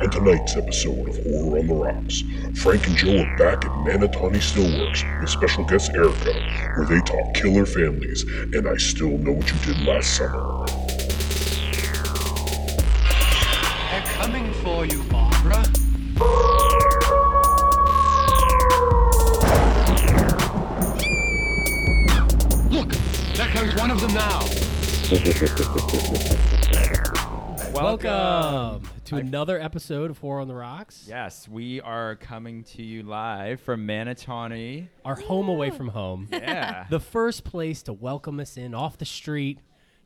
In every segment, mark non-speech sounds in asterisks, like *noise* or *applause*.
and tonight's episode of Horror on the Rocks. Frank and Joe are back at Manitani Steelworks with special guest Erica, where they talk killer families and I still know what you did last summer. They're coming for you, Barbara. Look, there comes one of them now. Welcome to another episode of Four on the Rocks. Yes, we are coming to you live from Manitani. Our home away from home. *laughs* Yeah. Um, The first place to welcome us in off the street.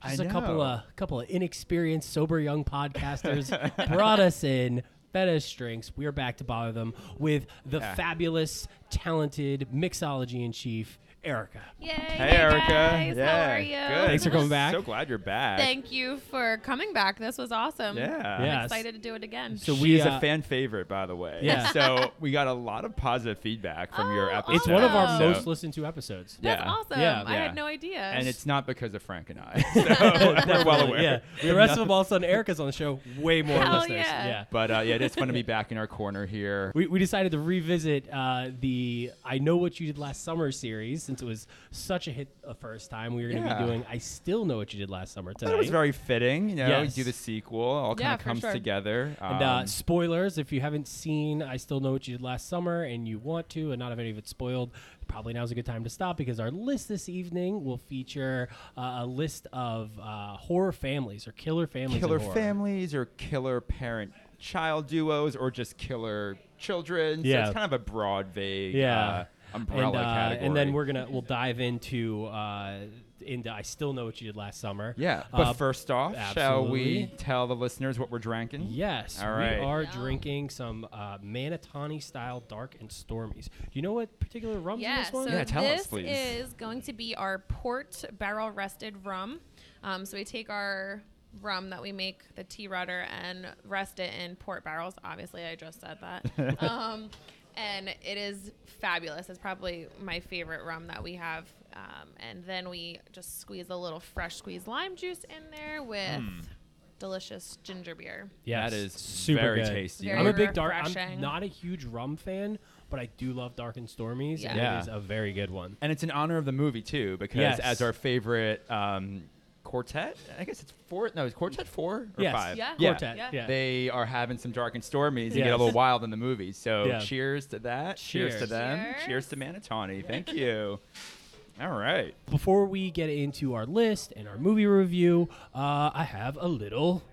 I Just a couple know. of couple *laughs* of inexperienced, sober young podcasters brought us in, fed us drinks. We're back to bother them with the Yeah. fabulous, talented mixology in chief, Erica. Yay! hey, Erica. Guys. Yeah. How are you? Good. Thanks for coming back. So glad you're back. Thank you for coming back. This was awesome. Yeah. Yeah. Yes. Excited to do it again. So She we, is uh, a fan favorite, by the way. Yeah. So we got a lot of positive feedback from your Oh, episode. It's one of our So- Awesome. most listened to episodes. That's yeah. awesome. Yeah. I Yeah. had no idea. and it's not because of Frank and *laughs* I. So *laughs* we're well aware. *laughs* Yeah. The rest of them all of a sudden Erica's on the show, way more Hell listeners. yeah. yeah. But uh, Oh, yeah, it is fun to *laughs* be back in our corner here. We, we decided to revisit uh, the I Know What You Did Last Summer series since it was such a hit the first time. We were going to Yeah. be doing I Still Know What You Did Last Summer That tonight. was very fitting, you know. Yes. Do the sequel, all kind Yeah, of for comes sure. together. and uh, Um, spoilers, if you haven't seen I Still Know What You Did Last Summer and you want to and not have any of it spoiled, probably now's a good time to stop because our list this evening will feature uh, a list of uh, horror families or killer families. in killer horror. families or killer parent child duos or just killer children. So Yeah. it's kind of a broad, vague yeah uh, umbrella and, uh, category. and then we're gonna we'll dive into uh into i still know what you did last summer Yeah. But Uh, first off, shall we absolutely. tell the listeners what we're drinking? yes All right. we are drinking some uh manitani style dark and stormies do you know what particular rums in yeah. this one So Yeah, tell us, this please. is going to be our port barrel rested rum. Um, so we take our rum that we make the tea rudder and rest it in port barrels. Obviously, I just said *laughs* that. um, and it is fabulous. It's probably my favorite rum that we have. Um, and then we just squeeze a little fresh squeezed lime juice in there with Hmm. delicious ginger beer. Yes, That is super very good. tasty. Very i'm a big dark i'm refreshing. not a huge rum fan but i do love dark and stormies and Yeah. it is a very good one And it's in honor of the movie too, because Yes. as our favorite um, quartet, I guess it's four. No, it's quartet four or yes five. Yeah. quartet yeah, Yeah. They are having some dark and stormies and get Yes. a little wild in the movie. So Yeah. cheers to that. Cheers, to Cheers. them. Cheers. cheers to Manitani. Thank you. All right. before we get into our list and our movie review uh i have a little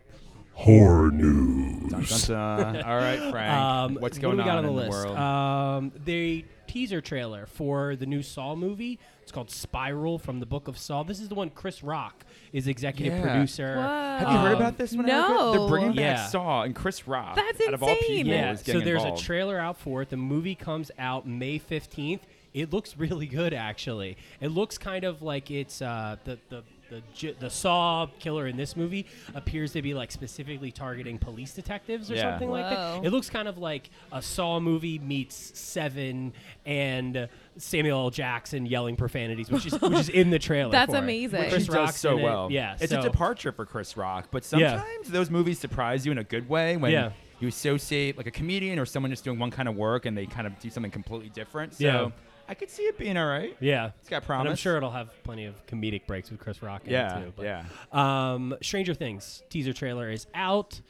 Horror news. Dun, dun, dun. *laughs* All right, Frank. Um, What's what do going we got in on the the list? world? Um, the teaser trailer for the new Saw movie. It's called Spiral from the Book of Saw. This is the one Chris Rock is executive Yeah. producer. Have you heard Um, about this one? no. Erica? They're bringing Yeah. back Saw and Chris Rock. That's Out of all insane. people, Yeah. is So getting there's involved. a trailer out for it. The movie comes out May 15th. It looks really good, actually. It looks kind of like it's uh, the the. The, j- the Saw killer in this movie appears to be like specifically targeting police detectives or Yeah. something like that. Whoa. It looks kind of like a Saw movie meets Seven and Samuel L. Jackson yelling profanities, which is which is in the trailer. That's for it. amazing. With Which Chris He Rock's does so in it. well. Yeah, it's so- a departure for Chris Rock, but Yeah. sometimes those movies surprise you in a good way when Yeah. you associate like a comedian or someone just doing one kind of work and they kind of do something completely different. So Yeah. I could see it being all right. Yeah, It's got And I'm promise. sure it'll have plenty of comedic breaks with Chris Rock. In Yeah, it too, but, yeah. Um, Stranger Things teaser trailer is out.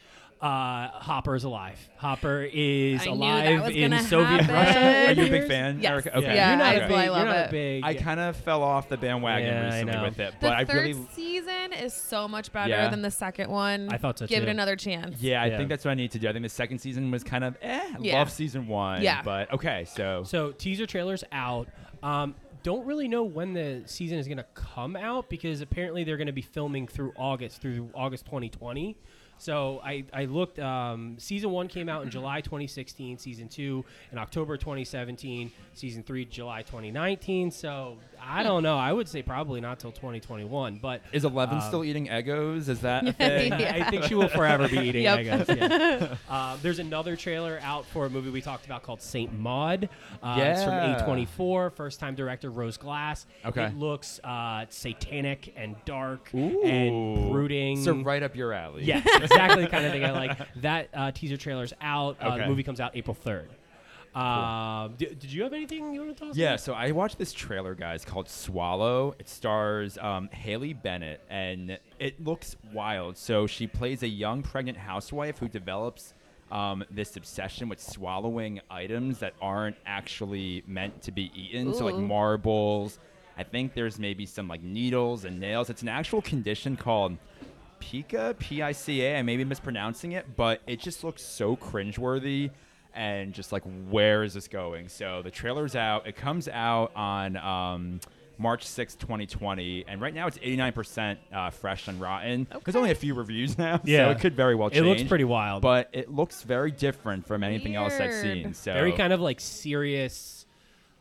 Uh, Hopper is alive. Hopper is I knew that alive was in gonna Soviet happen. Russia. Are you a years? big fan, Yes. Erica? Okay. Yeah, Yeah, you're not I- a well, big. I love you're not a it. big. I kind of fell off the bandwagon Yeah, I recently know. with it, The but I third really season is so much better Yeah. than the second one. I thought so, Give too. it another chance. yeah, I Yeah. think that's what I need to do. I think the second season was kind of eh. Yeah. Love season one. Yeah. But okay, so So teaser trailers out. Um, don't really know when the season is going to come out because apparently they're going to be filming through August, through August 2020. So I, I looked. Um, season one came out in July 2016. Season two in October 2017. Season three July 2019. So I don't know. I would say probably not till 2021. But is Eleven um, still eating Eggos? Is that *laughs* a thing? *laughs* Yeah. *laughs* I think she will forever be eating Yep. Legos. yeah. Uh, there's another trailer out for a movie we talked about called Saint Maud. Uh, It's Yeah. from A24. First time director Rose Glass. Okay. It looks uh, satanic and dark Ooh. and brooding. So right up your alley. Yes, exactly the kind of thing *laughs* I like. That uh, teaser trailer's out. Uh, Okay. The movie comes out April 3rd. Um, d- did you have anything you want to tell us? Yeah, so I watched this trailer, guys, called Swallow. It stars um, Haley Bennett, and it looks wild. So she plays a young pregnant housewife who develops um, this obsession with swallowing items that aren't actually meant to be eaten. So, like Ooh. marbles. I think there's maybe some like needles and nails. It's an actual condition called Pica, P I C A. I may be mispronouncing it, but it just looks so cringeworthy and just like, where is this going? So the trailer's out. It comes out on um, March sixth, 2020. And right now it's 89% uh, fresh and rotten. There's only a few reviews *laughs* now. Yeah. So it could very well It change. looks pretty wild. But it looks very different from anything else I've Weird. seen. So Very kind of like serious.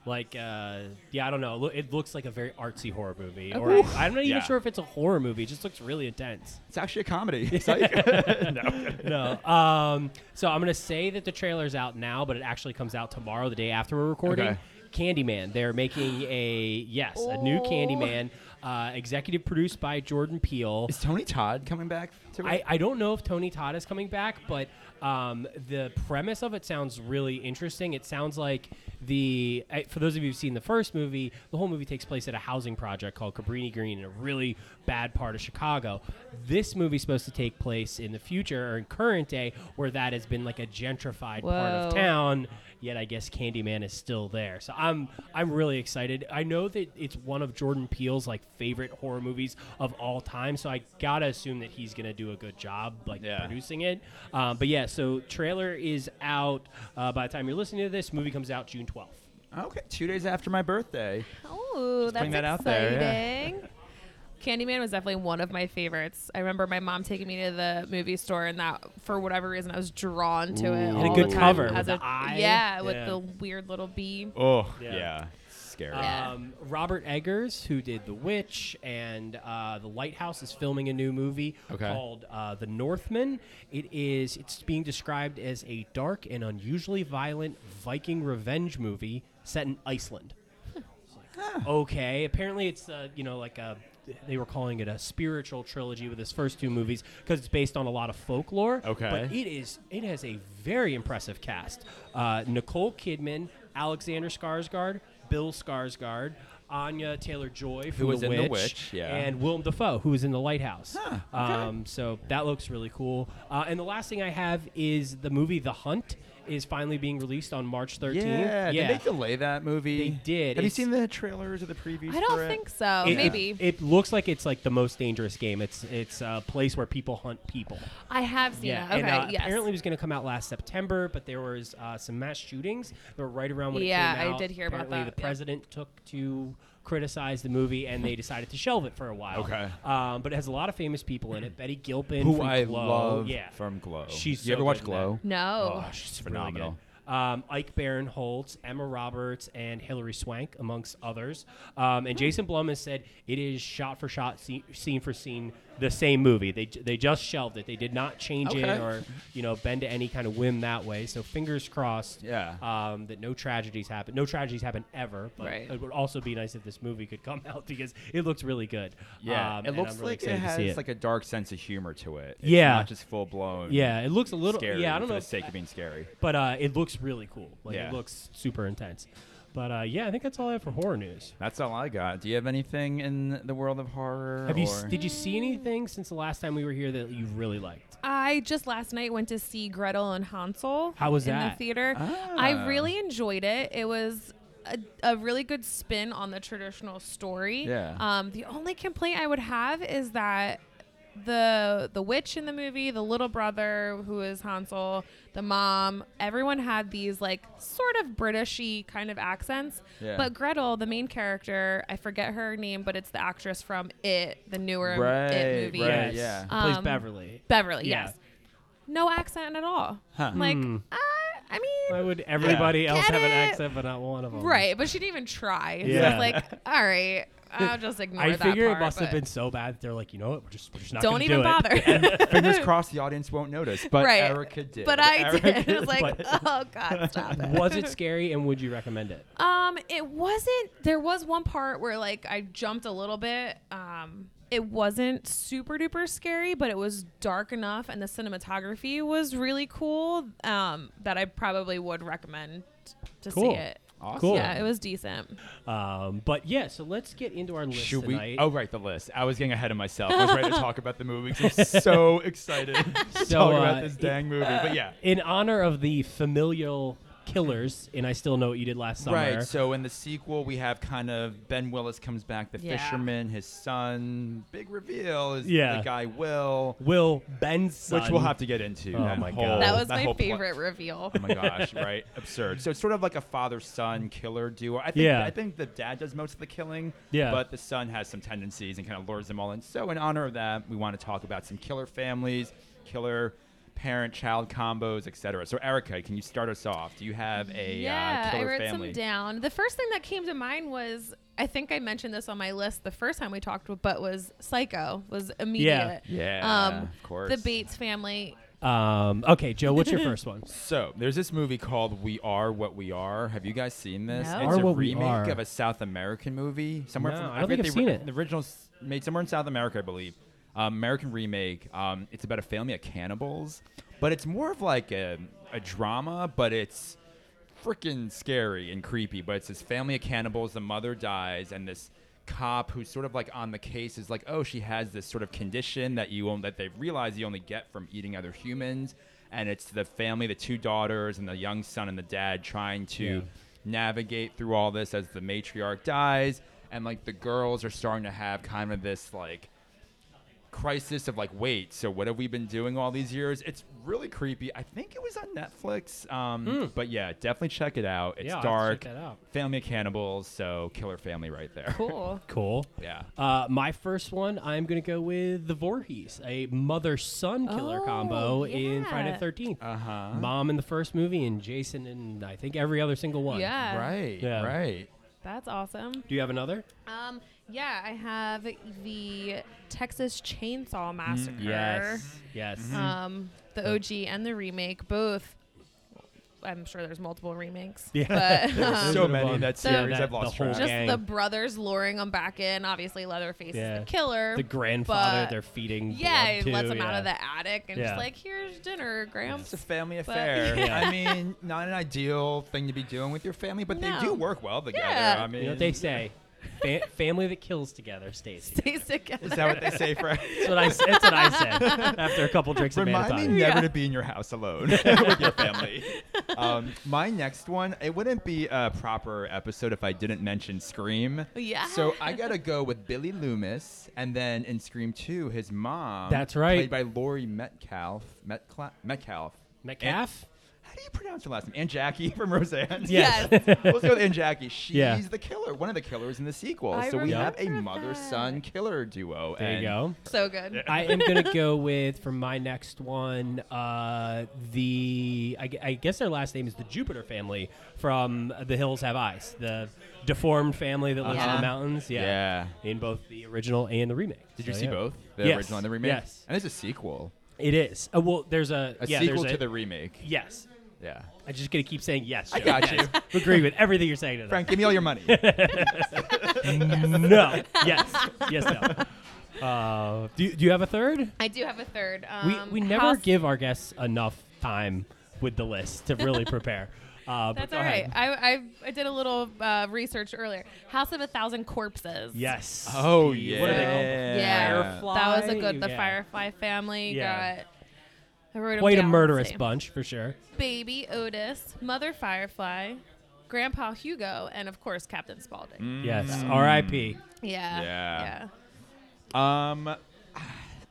Like uh, yeah, I don't know. Lo- It looks like a very artsy horror movie, or Okay. I'm not even Yeah. sure if it's a horror movie. It just looks really intense. it's actually a comedy. *laughs* Psych. no. No. Um, so I'm gonna say that the trailer's out now, but it actually comes out tomorrow, the day after we're recording. Okay. Candyman. They're making a yes, a new Oh. Candyman, uh, executive produced by Jordan Peele. Is Tony Todd coming back to it? I, I don't know if Tony Todd is coming back, but um, the premise of it sounds really interesting. It sounds like the I- for those of you who've seen the first movie, the whole movie takes place at a housing project called Cabrini Green in a really bad part of Chicago. This movie's supposed to take place in the future or in current day, where that has been like a gentrified part of Whoa. town. Yet I guess Candyman is still there, so I'm I'm really excited. I know that it's one of Jordan Peele's like favorite horror movies of all time, so I gotta assume that he's gonna do a good job like Yeah. producing it. Um, but yeah, so trailer is out uh, by the time you're listening to this. Movie comes out June 12th. okay, two days after my birthday. Oh, that's putting that out exciting. there, yeah. Candyman was definitely one of my favorites. I remember my mom taking me to the movie store, and that for whatever reason I was drawn to it. Ooh. all And a the good time cover as with the a- eye. Yeah, with Yeah. the weird little bee. Oh, Yeah. yeah. Scary. Yeah. Um, Robert Eggers, who did The Witch and uh, The Lighthouse, is filming a new movie Okay. called uh, The Northman. It is it's being described as a dark and unusually violent Viking revenge movie set in Iceland. It's like, Okay, apparently it's uh, you know like a they were calling it a spiritual trilogy with his first two movies because it's based on a lot of folklore. Okay. but it is it has a very impressive cast. Uh, Nicole Kidman, Alexander Skarsgård, Bill Skarsgård, Anya Taylor Joy, Who was in The Witch, yeah. and Willem Dafoe, who was in The Lighthouse. um, so that looks really cool. Uh, and the last thing I have is the movie The Hunt is finally being released on March 13th. Yeah. Did they delay that movie? They did. Have you It's- seen the trailers or the previews? I don't for it? think so. It- Maybe it, looks like it's like the most dangerous game. It's it's a place where people hunt people. I have seen it. Okay, and uh, yes. apparently it was going to come out last September, but there was uh, some mass shootings that were right around when Yeah, it came out. I did hear about apparently that, The yeah. president took to criticize the movie, and they decided to shelve it for a while. Okay. um, but it has a lot of famous people in it. Betty Gilpin, Who from I Glow. love yeah. from Glow. She's you so ever watch good in that. Glow? no. Oh, She's she's really phenomenal. good. um, Ike Barinholtz, Emma Roberts, and Hilary Swank, amongst others. Um, Hmm. and Jason Blum has said it is shot for shot, scene, scene for scene, the same movie. They j- they just shelved it. They did not change Okay. it or you know bend to any kind of whim that way. So fingers crossed. Yeah. Um, that no tragedies happen. No tragedies happen ever. But Right. it would also be nice if this movie could come *laughs* out because it looks really good. Yeah, Um, it and looks I'm really like it excited to has see like a dark sense of humor to it. It's Yeah. not just full blown. yeah, it looks a little. scary yeah, I don't for know. the sake of being scary. But uh, it looks really cool. Like Yeah. it looks super intense. But uh, yeah, I think that's all I have for horror news. That's all I got. Do you have anything in the world of horror? Have you or- did you see anything since the last time we were here that you really liked? I just last night went to see Gretel and Hansel. How was in that? the theater? Ah. I really enjoyed it. It was a, a really good spin on the traditional story. Yeah. Um, the only complaint I would have is that the the witch in the movie, the little brother who is Hansel, the mom, everyone had these like sort of Britishy kind of accents. Yeah. But Gretel, the main character, I forget her name, but it's the actress from It, the newer Right, It movie. right. Yes. yeah. Plays Um, Beverly. Beverly, Yeah. yes. No accent at all. Huh. I'm Like, uh, I Why mean, would everybody else Get have an it? accent but not one of them? right, but she didn't even try. So Yeah. it's like, all right, I'll just ignore I that figure part, it must have but- been so bad that they're like, you know what, we're just, we're just not Don't gonna even do it. bother. *laughs* Fingers crossed the audience won't notice, but right. Erica did. But I Erica *laughs* did. It was like, but- oh god, stop it. Was *laughs* it scary and would you recommend it? Um, it wasn't. There was one part where like I jumped a little bit. Um, it wasn't super duper scary, but it was dark enough, and the cinematography was really cool. Um, that I probably would recommend to Cool. see it. Awesome. Cool. Yeah, it was decent. Um, but yeah, so let's get into our list Should tonight. we? Oh, right, the list. I was getting ahead of myself. I was *laughs* ready to talk about the movie 'cause I'm so excited to So, talk uh, about this dang movie. But yeah. In honor of the familial killers, and I still know what you did last summer. Right. So in the sequel, we have kind of Ben Willis comes back, the Yeah. fisherman, his son. Big reveal is Yeah. the guy Will, Will Benson, which we'll have to get into. Oh that my whole- God. That was my whole plot. favorite reveal. *laughs* Oh *laughs* my gosh! Right, absurd. So it's sort of like a father-son killer duo. I think Yeah. I think the dad does most of the killing. Yeah. But the son has some tendencies and kind of lures them all in. So in honor of that, we want to talk about some killer families, killer parent-child combos, etc. So Erica, can you start us off? Do you have a yeah, uh, I killer wrote family? some down. The first thing that came to mind was I think I mentioned this on my list the first time we talked, but was Psycho was immediate. Yeah, um, of course. The Bates family. Um, okay, Joe, what's *laughs* your first one? So there's this movie called We Are What We Are. Have you guys seen this? No. It's Are a What We remake Are. of a South American movie. Somewhere No, from, I don't forget think I've the, ori- seen it. The original s- made somewhere in South America, I believe. Um, American remake. Um, it's about a family of cannibals, but it's more of like a, a drama, but it's freaking scary and creepy. But it's this family of cannibals. The mother dies, and this cop who's sort of like on the case is like, oh, she has this sort of condition that you own that they realize you only get from eating other humans. And it's the family, the two daughters and the young son and the dad trying to Yeah. navigate through all this as the matriarch dies. And like the girls are starting to have kind of this like crisis of like, wait, so what have we been doing all these years? It's really creepy. I think it was on Netflix. Um, But yeah, definitely check it out. It's Hmm. Yeah, I'll have dark. to check that out. Family of cannibals, so killer family right there. Cool. Cool. Yeah. Uh, my first one, I'm gonna go with the Voorhees, a mother-son killer Oh, combo in yeah. Friday the Thirteenth. Uh-huh. Mom in the first movie, and Jason in I think every other single one. Yeah. Right. Yeah. Right. That's awesome. Do you have another? Um, yeah, I have the Texas Chainsaw Massacre. Mm, Yes. Mm-hmm. Um, the OG and the remake, both. I'm sure there's multiple remakes. Yeah. *laughs* But um, Those are so the many in ones. that So- series. That- I've lost the whole track. *laughs* just gang. the brothers luring them back in. Obviously, Leatherface Yeah. is the killer. the grandfather but- they're feeding. Yeah, blood he lets to, them out of yeah. the attic and Yeah. just like, here's dinner, Gramps. It's a *laughs* family But- affair. *laughs* Yeah. I mean, not an ideal thing to be doing with your family, but No. they do work well together. Yeah. I mean, You know what they say? Fa- family that kills together stays. together. Stays together. is that what they *laughs* say, Frank? That's what I. s- That's what I said *laughs* after a couple drinks of Remind me Manhattan. never Yeah. to be in your house alone *laughs* with your family. Um, my next one, it wouldn't be a proper episode if I didn't mention Scream. Yeah. So I gotta go with Billy Loomis, and then in Scream 2, his mom. That's Played right. by Laurie Metcalf. Metcalf. Metcalf. Metcalf. How do you pronounce her last name? And Jackie *laughs* from Roseanne. *laughs* Yes. Let's go with Aunt Jackie. She's *laughs* Yeah. the killer, one of the killers in the sequel. I so we have a remember mother that. son killer duo. There you and go. so good. I am gonna go with for my next one. Uh, the I, gu- I guess their last name is the Jupiter family from The Hills Have Eyes, the deformed family that lives in Uh-huh. the mountains. Yeah. Yeah. in both the original and the remake. Did you So, see yeah. both? The Yes. original and the remake? Yes. And there's a sequel. It is. Uh, well, there's a, A yeah, sequel there's to a, the remake. yes. Yeah. I'm just gonna keep saying yes. I Joe. got *laughs* you. Yes. *laughs* Agree with everything you're saying. Today. Frank, give me all your *laughs* money. no. Yes. Yes. *laughs* No. Uh, do, you- do you have a third? I do have a third. We, Um, we never House- give our guests enough time with the list to *laughs* really prepare. Uh, but That's go all right. ahead. I, I I did a little uh, research earlier. House of a Thousand Corpses. Yes. oh, The- yeah. What are they called? Yeah. Firefly? That was a good. The Yeah. Firefly family Yeah. got. I wrote 'em Quite a down, murderous same. bunch for sure. Baby Otis, Mother Firefly, Grandpa Hugo, and of course Captain Spaulding. Mm. Mm. Yes. R.I.P. Yeah. Yeah. Yeah. Um,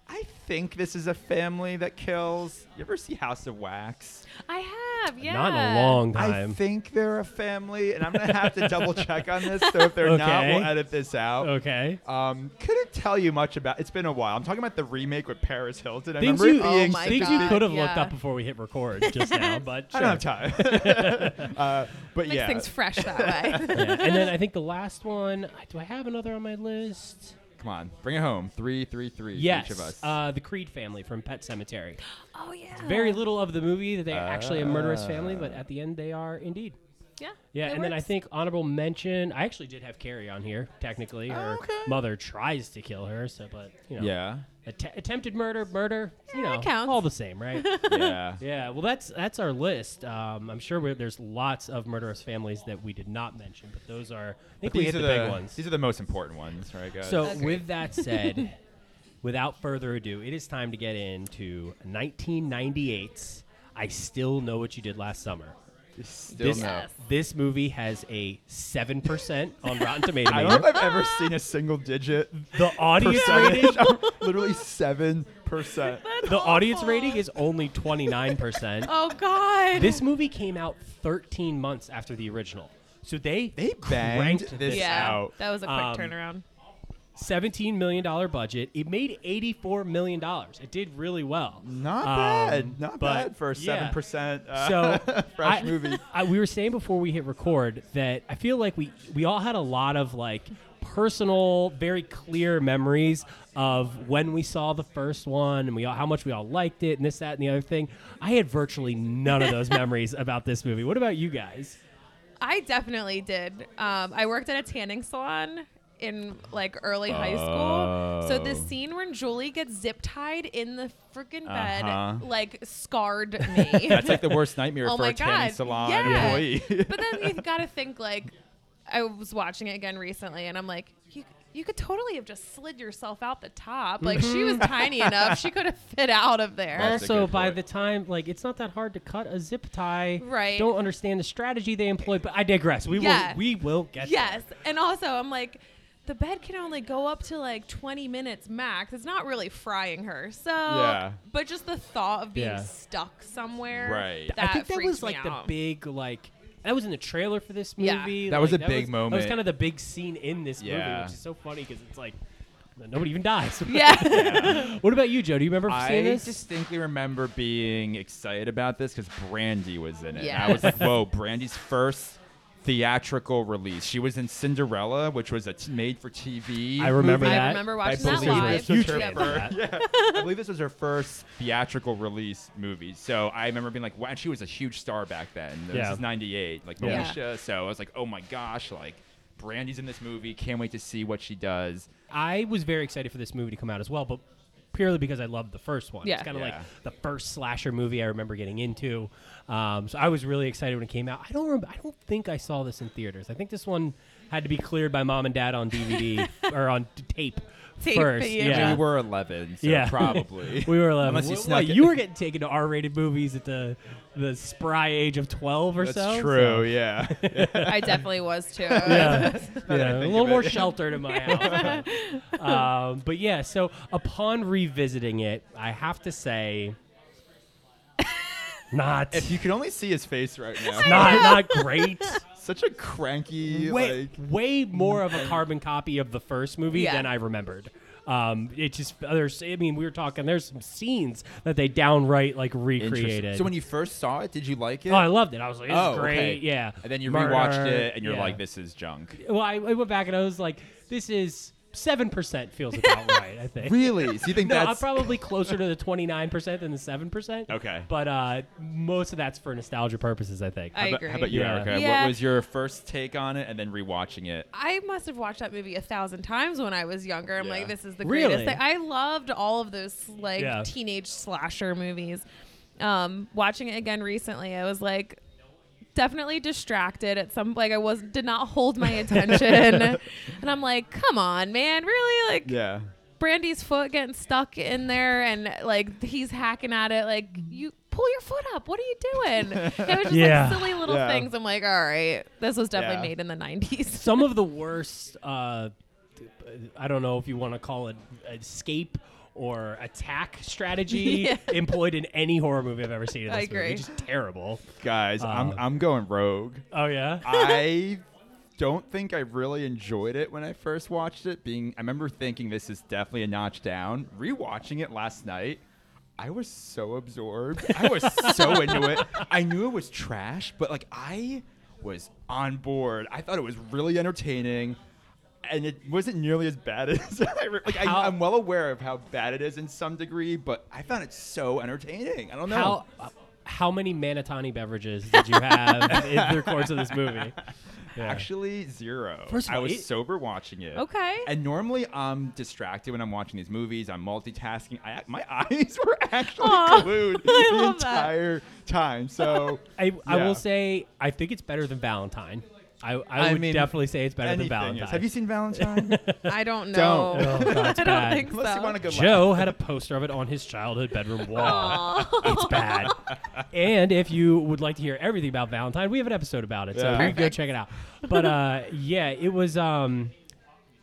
I think this is a family that kills. You ever see House of Wax? I have, yeah. Not in a long I time. think they're a family, and I'm gonna have to double check on this. So if they're not, Okay. we'll edit this out. okay. Um, couldn't tell you much about. It's been a while. I'm talking about the remake with Paris Hilton. I Things remember you, it being. Oh my things you God, could have looked yeah. up before we hit *laughs* record just now, but I sure. don't have time. *laughs* uh, but Makes yeah, things fresh *laughs* that way. Yeah, And then I think the last one. Do I have another on my list? come on, bring it home. Three, three, three. for Yes, each of us. Uh, the Creed family from Pet *gasps* Cemetery. oh yeah. Very little of the movie that they are actually a murderous family, but Ah. at the end they are indeed. Yeah. Yeah, it and then I works. think honorable mention. I actually did have Carrie on here. Technically, her Oh, okay. mother tries to kill her, so but you know, yeah, att- attempted murder, murder, you Yeah, it know, counts. all the same, *laughs* right? yeah. yeah. yeah. Well, that's that's our list. Um, I'm sure we there's lots of murderous families that we did not mention, but those are I think we hit the, big ones. These are the most important ones, right, guys? So, with that said, *laughs* without further ado, it is time to get into 1998's I Still Know What You Did Last Summer. still This, no. Yes. this movie has a 7% *laughs* on Rotten Tomatoes. I don't know if I've ever seen a single digit the audience rating percentage. *laughs* I'm literally seven *laughs* percent. the audience rating is only 29%. Oh God. This movie came out 13 months after the original. So they They banged cranked this yeah. out. That was a quick Um, turnaround. 17 million dollar budget. It made 84 million dollars. It did really well. Not Um, bad. Not but bad for a yeah. seven percent uh, so *laughs* fresh I- *laughs* movie. I, we were saying before we hit record that I feel like we we all had a lot of like personal, very clear memories of when we saw the first one and we all, how much we all liked it and this, that, and the other thing. I had virtually none of those memories about this movie. What about you guys? I definitely did. Um, I worked at a tanning salon in like early high school. So the Oh. scene when Julie gets zip tied in the freaking bed Uh-huh. like scarred me. *laughs* That's *laughs* like the worst nightmare Oh for my a tanning God, salon *laughs* yeah. employee. *laughs* but then you got to think like I was watching it again recently, and I'm like, you you could totally have just slid yourself out the top. Like she was Mm-hmm. tiny enough, she could have fit *laughs* out of there. That's a also good by point. the time like it's not that hard to cut a zip tie Right. don't understand the strategy they employ but i digress we Yeah. will we will get Yes, and also I'm like. The bed can only go up to like 20 minutes max. It's not really frying her. So, Yeah. but just the thought of being Yeah. stuck somewhere. Right. there. That i think that freaked was me like the out. big like that was in the trailer for this Yeah. movie That like, was a big that moment. was kind of the big scene in this movie Yeah. which is so funny because it's like nobody even dies Yeah. *laughs* what about you joe do you remember I seeing this distinctly remember being excited about this because Brandy was in it. And I Yes. was like, whoa, Brandy's first theatrical release. She was in Cinderella, which was a t- made for TV. I remember I that remember I watching that believe, live. this was her Yeah. fir- *laughs* yeah. I believe this was her first theatrical release movie. So I remember being like, wow, she was a huge star back then. This Yeah. is 98, like Yeah. Moesha. So I was like, oh my gosh, like Brandy's in this movie. Can't wait to see what she does. I was very excited for this movie to come out as well, but purely because I loved the first one. It's Yeah. kind of Yeah. like the first slasher movie I remember getting into. Um, so I was really excited when it came out. I don't remember, I don't think I saw this in theaters. I think this one had to be cleared by mom and dad on *laughs* DVD or on t- tape. Tape, first, yeah. yeah. I mean, we were 11, so Yeah. *laughs* probably. We were *laughs* like, Unless you "What- snuck what, it." you were getting taken to R-rated movies at the the spry age of twelve or That's so. so- true, *laughs* yeah. *laughs* I definitely was too. yeah, yeah, a think little of more it. sheltered in my house. um, but yeah, so upon revisiting it, I have to say, not if you could only see his face right now, *laughs* not not great. such a cranky, Way like, way more of a carbon copy of the first movie Yeah. than I remembered. Um, it just there's I mean we were talking there's some scenes that they downright like recreated. So when you first saw it, did you like it? oh I loved it. I was like, this Oh, is great. okay. Yeah. And then you Murder, rewatched it, and you're yeah. like, this is junk. Well, I, I went back and I was like, this is seven percent feels about right. I think. Really? So you think No, I'm that's probably closer to the 29% than the 7%. Okay. But uh, most of that's for nostalgia purposes, I think. I How about- agree. How about you, Yeah. Erica? Yeah. What was your first take on it, and then rewatching it? I must have watched that movie a thousand times when I was younger. I'm Yeah. like, this is the Really? greatest thing. I loved all of those like Yeah. teenage slasher movies. Um, watching it again recently, I was like definitely distracted at some like I was did not hold *laughs* my attention. and I'm like, come on, man, really? Like Yeah. Brandy's foot getting stuck in there and like he's hacking at it like you pull your foot up. What are you doing? It was *laughs* just Yeah. like silly little Yeah. things. I'm like, all right, this was definitely Yeah. made in the 90s. Some of the worst, uh, I don't know if you want to call it escape or attack *laughs* strategy employed in any horror movie I've ever seen. In this I Movie. agree. Just terrible. Guys, I'm, Um, I'm going rogue. Oh yeah. *laughs* I don't think I really enjoyed it when I first watched it. Being, I remember thinking this is definitely a notch down. Rewatching it last night, I was so absorbed. I was *laughs* so into it. I knew it was trash, but like I was on board. I thought it was really entertaining. And it wasn't nearly as bad *laughs* as I re- like. How- I, I'm well aware of how bad it is in some degree, but I found it so entertaining. I don't know. How uh, how many Manitani beverages did you *laughs* have in the course of this movie? Yeah. Actually, zero. First of I all, was it- sober watching it. Okay. And normally I'm distracted when I'm watching these movies. I'm multitasking. I, my *laughs* eyes were actually Aw, glued *laughs* I the love that. entire time. So I, I yeah. will say I think it's better than Valentine. I, I I would mean, definitely say it's better than anything Valentine. is. Have you seen Valentine? *laughs* I don't know. Don't. *laughs* Oh, *laughs* God, it's I don't bad. think Unless you want to so. go. Joe had a poster of it on his childhood *laughs* bedroom wall. It's bad. And if you would like to hear everything about Valentine, we have an episode about it, so Yeah. you can go check it out. But uh, yeah, it was. Um,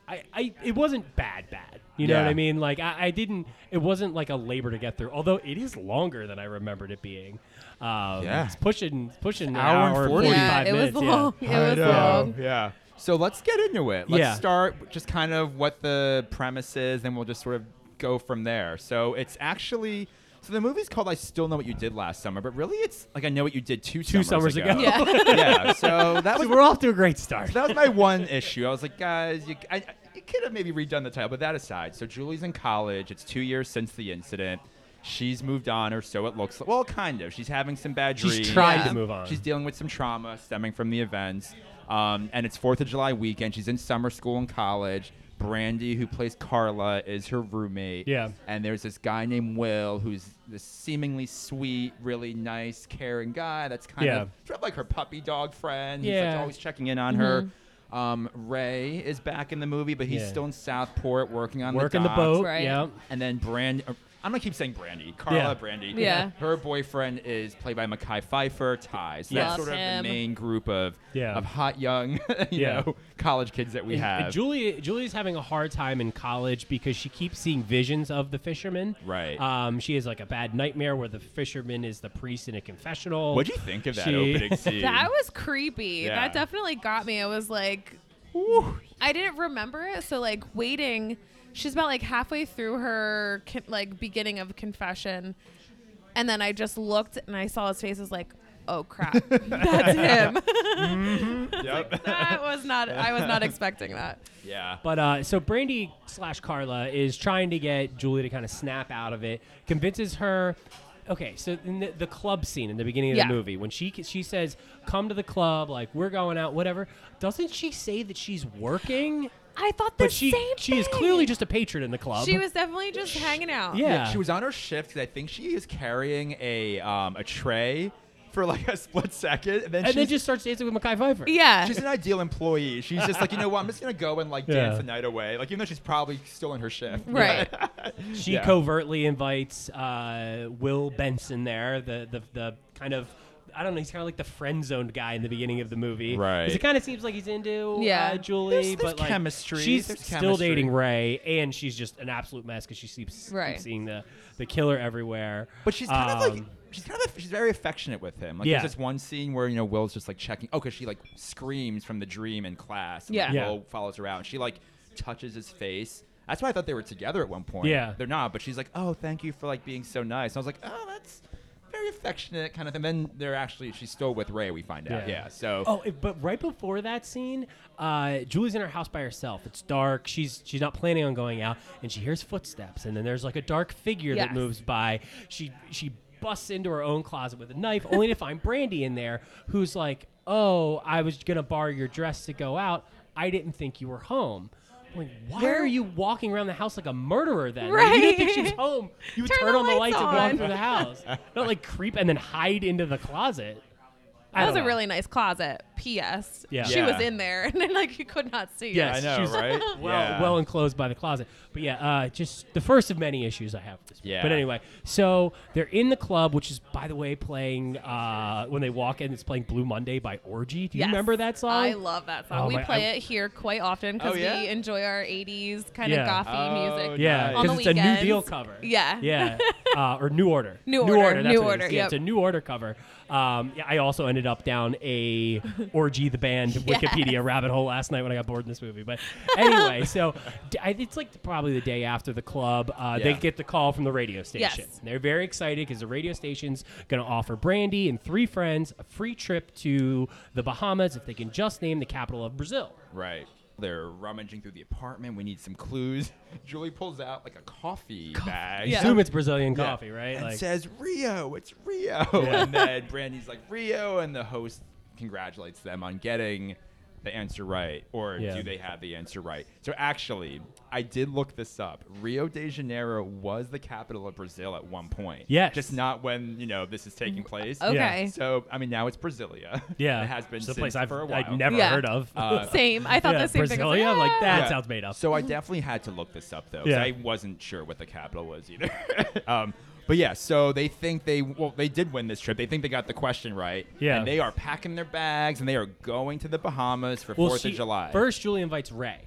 I, I it wasn't bad, bad. You know what Yeah. I mean? Like I, I didn't. It wasn't like a labor to get through. Although it is longer than I remembered it being. Um, Yeah. it's pushing pushing an Hour hour, and and 40. Yeah, 45 it was minutes. yeah. long. *laughs* It was I know. long. Yeah. So let's get into it. Let's Yeah. start with just kind of what the premise is, then we'll just sort of go from there. So it's actually so the movie's called I Still Know What You Did Last Summer, but really it's like I know what you did two, Two summers ago. Yeah. *laughs* yeah. So *laughs* that was So we're off to a great start. that was my one issue. I was like, guys, you, I, you could have maybe redone the title, but that aside. So Julie's in college. It's two years since the incident. She's moved on, or so it looks. like. Well, kind of. She's having some bad She's dreams. tried to move on. She's dealing with some trauma stemming from the events. Um, and it's Fourth of July weekend. She's in summer school in college. Brandy, who plays Carla, is her roommate. Yeah. And there's this guy named Will, who's this seemingly sweet, really nice, caring guy. That's kind Yeah. of sort of like her puppy dog friend. He's like Yeah. always checking in on her. Mm-hmm. Um, Ray is back in the movie, but he's Yeah. still in Southport working on Working the docks. boat. Right. Yeah. And then Brand, uh, I'm gonna keep saying Brandy, Carla Yeah. Brandy. Yeah. Her boyfriend is played by Mackay Pfeiffer. Ty. So Yes. that's sort of Love him. the main group of Yeah. of hot young, *laughs* you Yeah. know, college kids that we And- and have. Julie Julie's having a hard time in college because she keeps seeing visions of the fisherman. Right. Um, she has like a bad nightmare where the fisherman is the priest in a confessional. What'd you think of that She- *laughs* opening scene? That was creepy. Yeah. That definitely got me. It was like I didn't remember it, so like waiting, she's about like halfway through her con- like beginning of confession, and then I just looked and I saw his face. I was like, oh crap, that's him. Yep. that was not. I was not expecting that. yeah. But uh, so Brandy slash Carla is trying to get Julie to kind of snap out of it, convinces her. Okay, so in the, the club scene in the beginning of Yeah. the movie, when she she says, "Come to the club," like we're going out, whatever. Doesn't she say that she's working? I thought the But she same. she is thing. clearly just a patron in the club. She was definitely just hanging out. yeah. She was on her shift because I think she is carrying a um, a tray for like a split second, and then and she's then just starts dancing with Mackay Pfeiffer. Yeah. She's an ideal employee. She's just like, you know what? I'm just gonna go and like dance Yeah. the night away. Like, even though she's probably still in her shift. right. She Yeah. covertly invites uh, Will Benson there, the, the the kind of I don't know, he's kind of like the friend zoned guy in the beginning of the movie, 'Cause Right. It kind of seems like he's into Yeah. uh, Julie, There's- there's but like chemistry. she's There's still chemistry. dating Ray, and she's just an absolute mess because she keeps, Right. keeps seeing the the killer everywhere. But she's kind of like. Um, She's kind of she's very affectionate with him. Like Yeah. there's this one scene where you know Will's just like checking. Oh, because she like screams from the dream in class. And, like, Yeah. Yeah. Will follows her out. And she like touches his face. That's why I thought they were together at one point. Yeah. They're not. But she's like, oh, thank you for like being so nice. And I was like, oh, that's very affectionate kind of thing. And then they're actually she's still with Ray. We find out. Yeah. Yeah. so Oh, it- but right before that scene, uh, Julie's in her house by herself. It's dark. She's she's not planning on going out, and she hears footsteps. And then there's like a dark figure Yes. that moves by. She she busts into her own closet with a knife, only to find Brandy in there, who's like, "Oh, I was gonna borrow your dress to go out. I didn't think you were home." I'm like, why Where- are you walking around the house like a murderer then? Like, you didn't think she was Right. home. You would Turn turn, the on the lights lights and walk on. through the house. Not like creep and then hide into the closet. I That was don't a know. really nice closet. P.S. Yeah. She was Yeah. in there, *laughs* and then like you could not see. Yes. her. I know, she's- *laughs* right? well yeah. well enclosed by the closet. But yeah, uh, just the first of many issues I have. With this book. Yeah. But anyway, so they're in the club, which is by the way playing uh, when they walk in. It's playing Blue Monday by Orgy. Do you Yes. remember that song? I love that song. Oh we my- play I- it here quite often Oh, because yeah? we enjoy our '80s kind of Yeah. gothy Oh, music. Yeah, Nice. On the because it's a New Deal weekends. cover. Yeah. *laughs* Yeah. Uh, or New Order. New Order, that's New what it is. Order, Yeah, it's yep. a New Order cover. Um, yeah, I also ended up down *laughs* a Orgy the Band Wikipedia rabbit hole last night when I got bored in this movie. But anyway, *laughs* so d- I- it's like probably the day after the club. Uh, They Yeah. get the call from the radio station. Yes. They're very excited because the radio station's going to offer Brandy and three friends a free trip to the Bahamas if they can just name the capital of Brazil. Right. They're rummaging through the apartment. We need some clues. *laughs* Julie pulls out like a coffee bag. Yeah. Assume it's Brazilian Yeah. coffee, right? And says Rio, it's Rio. *laughs* And then Brandy's like Rio, and the host congratulates them on getting the answer right, or Yeah. do they have the answer right? So actually, I did look this up. Rio de Janeiro was the capital of Brazil at one point. Yes. just not when you know this is taking place. Okay. So I mean, now it's Brasilia. *laughs* yeah, it has been It's a since place I've for a while. I'd never Yeah. heard of. Uh, *laughs* Same. I thought yeah, the same thing. I was Brasilia? Like, "Ah." that sounds made up. So I definitely had to look this up though. 'cause Yeah. I wasn't sure what the capital was either. *laughs* um, but yeah, so they think they well they did win this trip. They think they got the question right. Yeah. And they are packing their bags and they are going to the Bahamas for Well, Fourth she- of July. First, Julie invites Ray.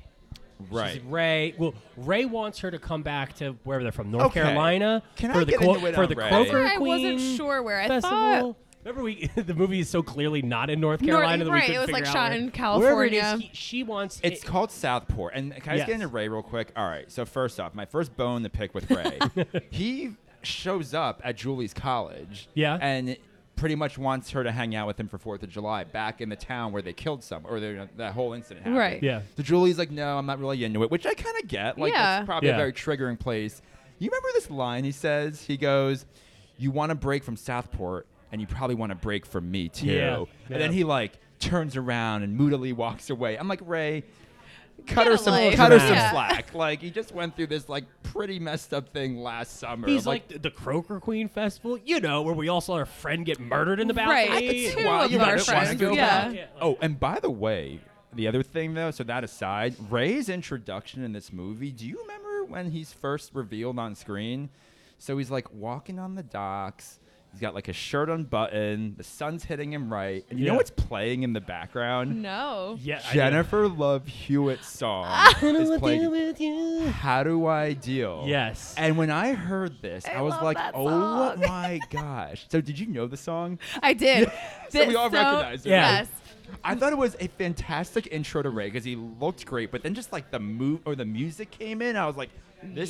She right. says, Ray. Well, Ray wants her to come back to wherever they're from, North Okay. Carolina, Can I for the get Cro- into it for on the Ray? Croaker I Queen wasn't sure where I Festival. Remember, we *laughs* the movie is so clearly not in North North- Carolina that we right, couldn't it was, like, figure out shot where- in Wherever it is, California. he- she wants It's it- called Southport. And can I just Yes. get into Ray real quick? All right. So first off, my first bone to pick with *laughs* Ray. he shows up at Julie's college. Yeah. And pretty much wants her to hang out with him for Fourth of July back in the town where they killed some or they- that whole incident happened. Right. Yeah. So Julie's like, no, I'm not really into it, which I kind of get. Like, Yeah. that's probably Yeah. a very triggering place. You remember this line he says? He goes, You want a break from Southport, and you probably want a break from me, too. Yeah. And then Yeah. he, like, turns around and moodily walks away. I'm like, Ray. Cut Get a her some, life." cut her some Yeah. slack. Like he just went through this like pretty messed up thing last summer. He's I'm like, the- the Croaker Queen Festival, you know, where we all saw our friend get murdered in the balcony. Right. I could see and- Two why of you our might wanna friends, go yeah. back. Yeah. Oh, and by the way, the other thing though, so that aside, Ray's introduction in this movie, do you remember when he's first revealed on screen? So he's like walking on the docks. He's got like a shirt unbuttoned. The sun's hitting him right. And you Yeah. know what's playing in the background? "Ah, No. *laughs* Yeah, I know. Jennifer Love Hewitt's *laughs* song is playing. *laughs* How do I deal? Yes. And when I heard this, I, I was love like, that "Oh song." *laughs* my gosh!" So, did you know the song? I did. So *laughs* Th- we all recognize it. Yeah. Yes. I thought it was a fantastic intro to Ray because he looked great, but then just like the move or the music came in, I was like, "This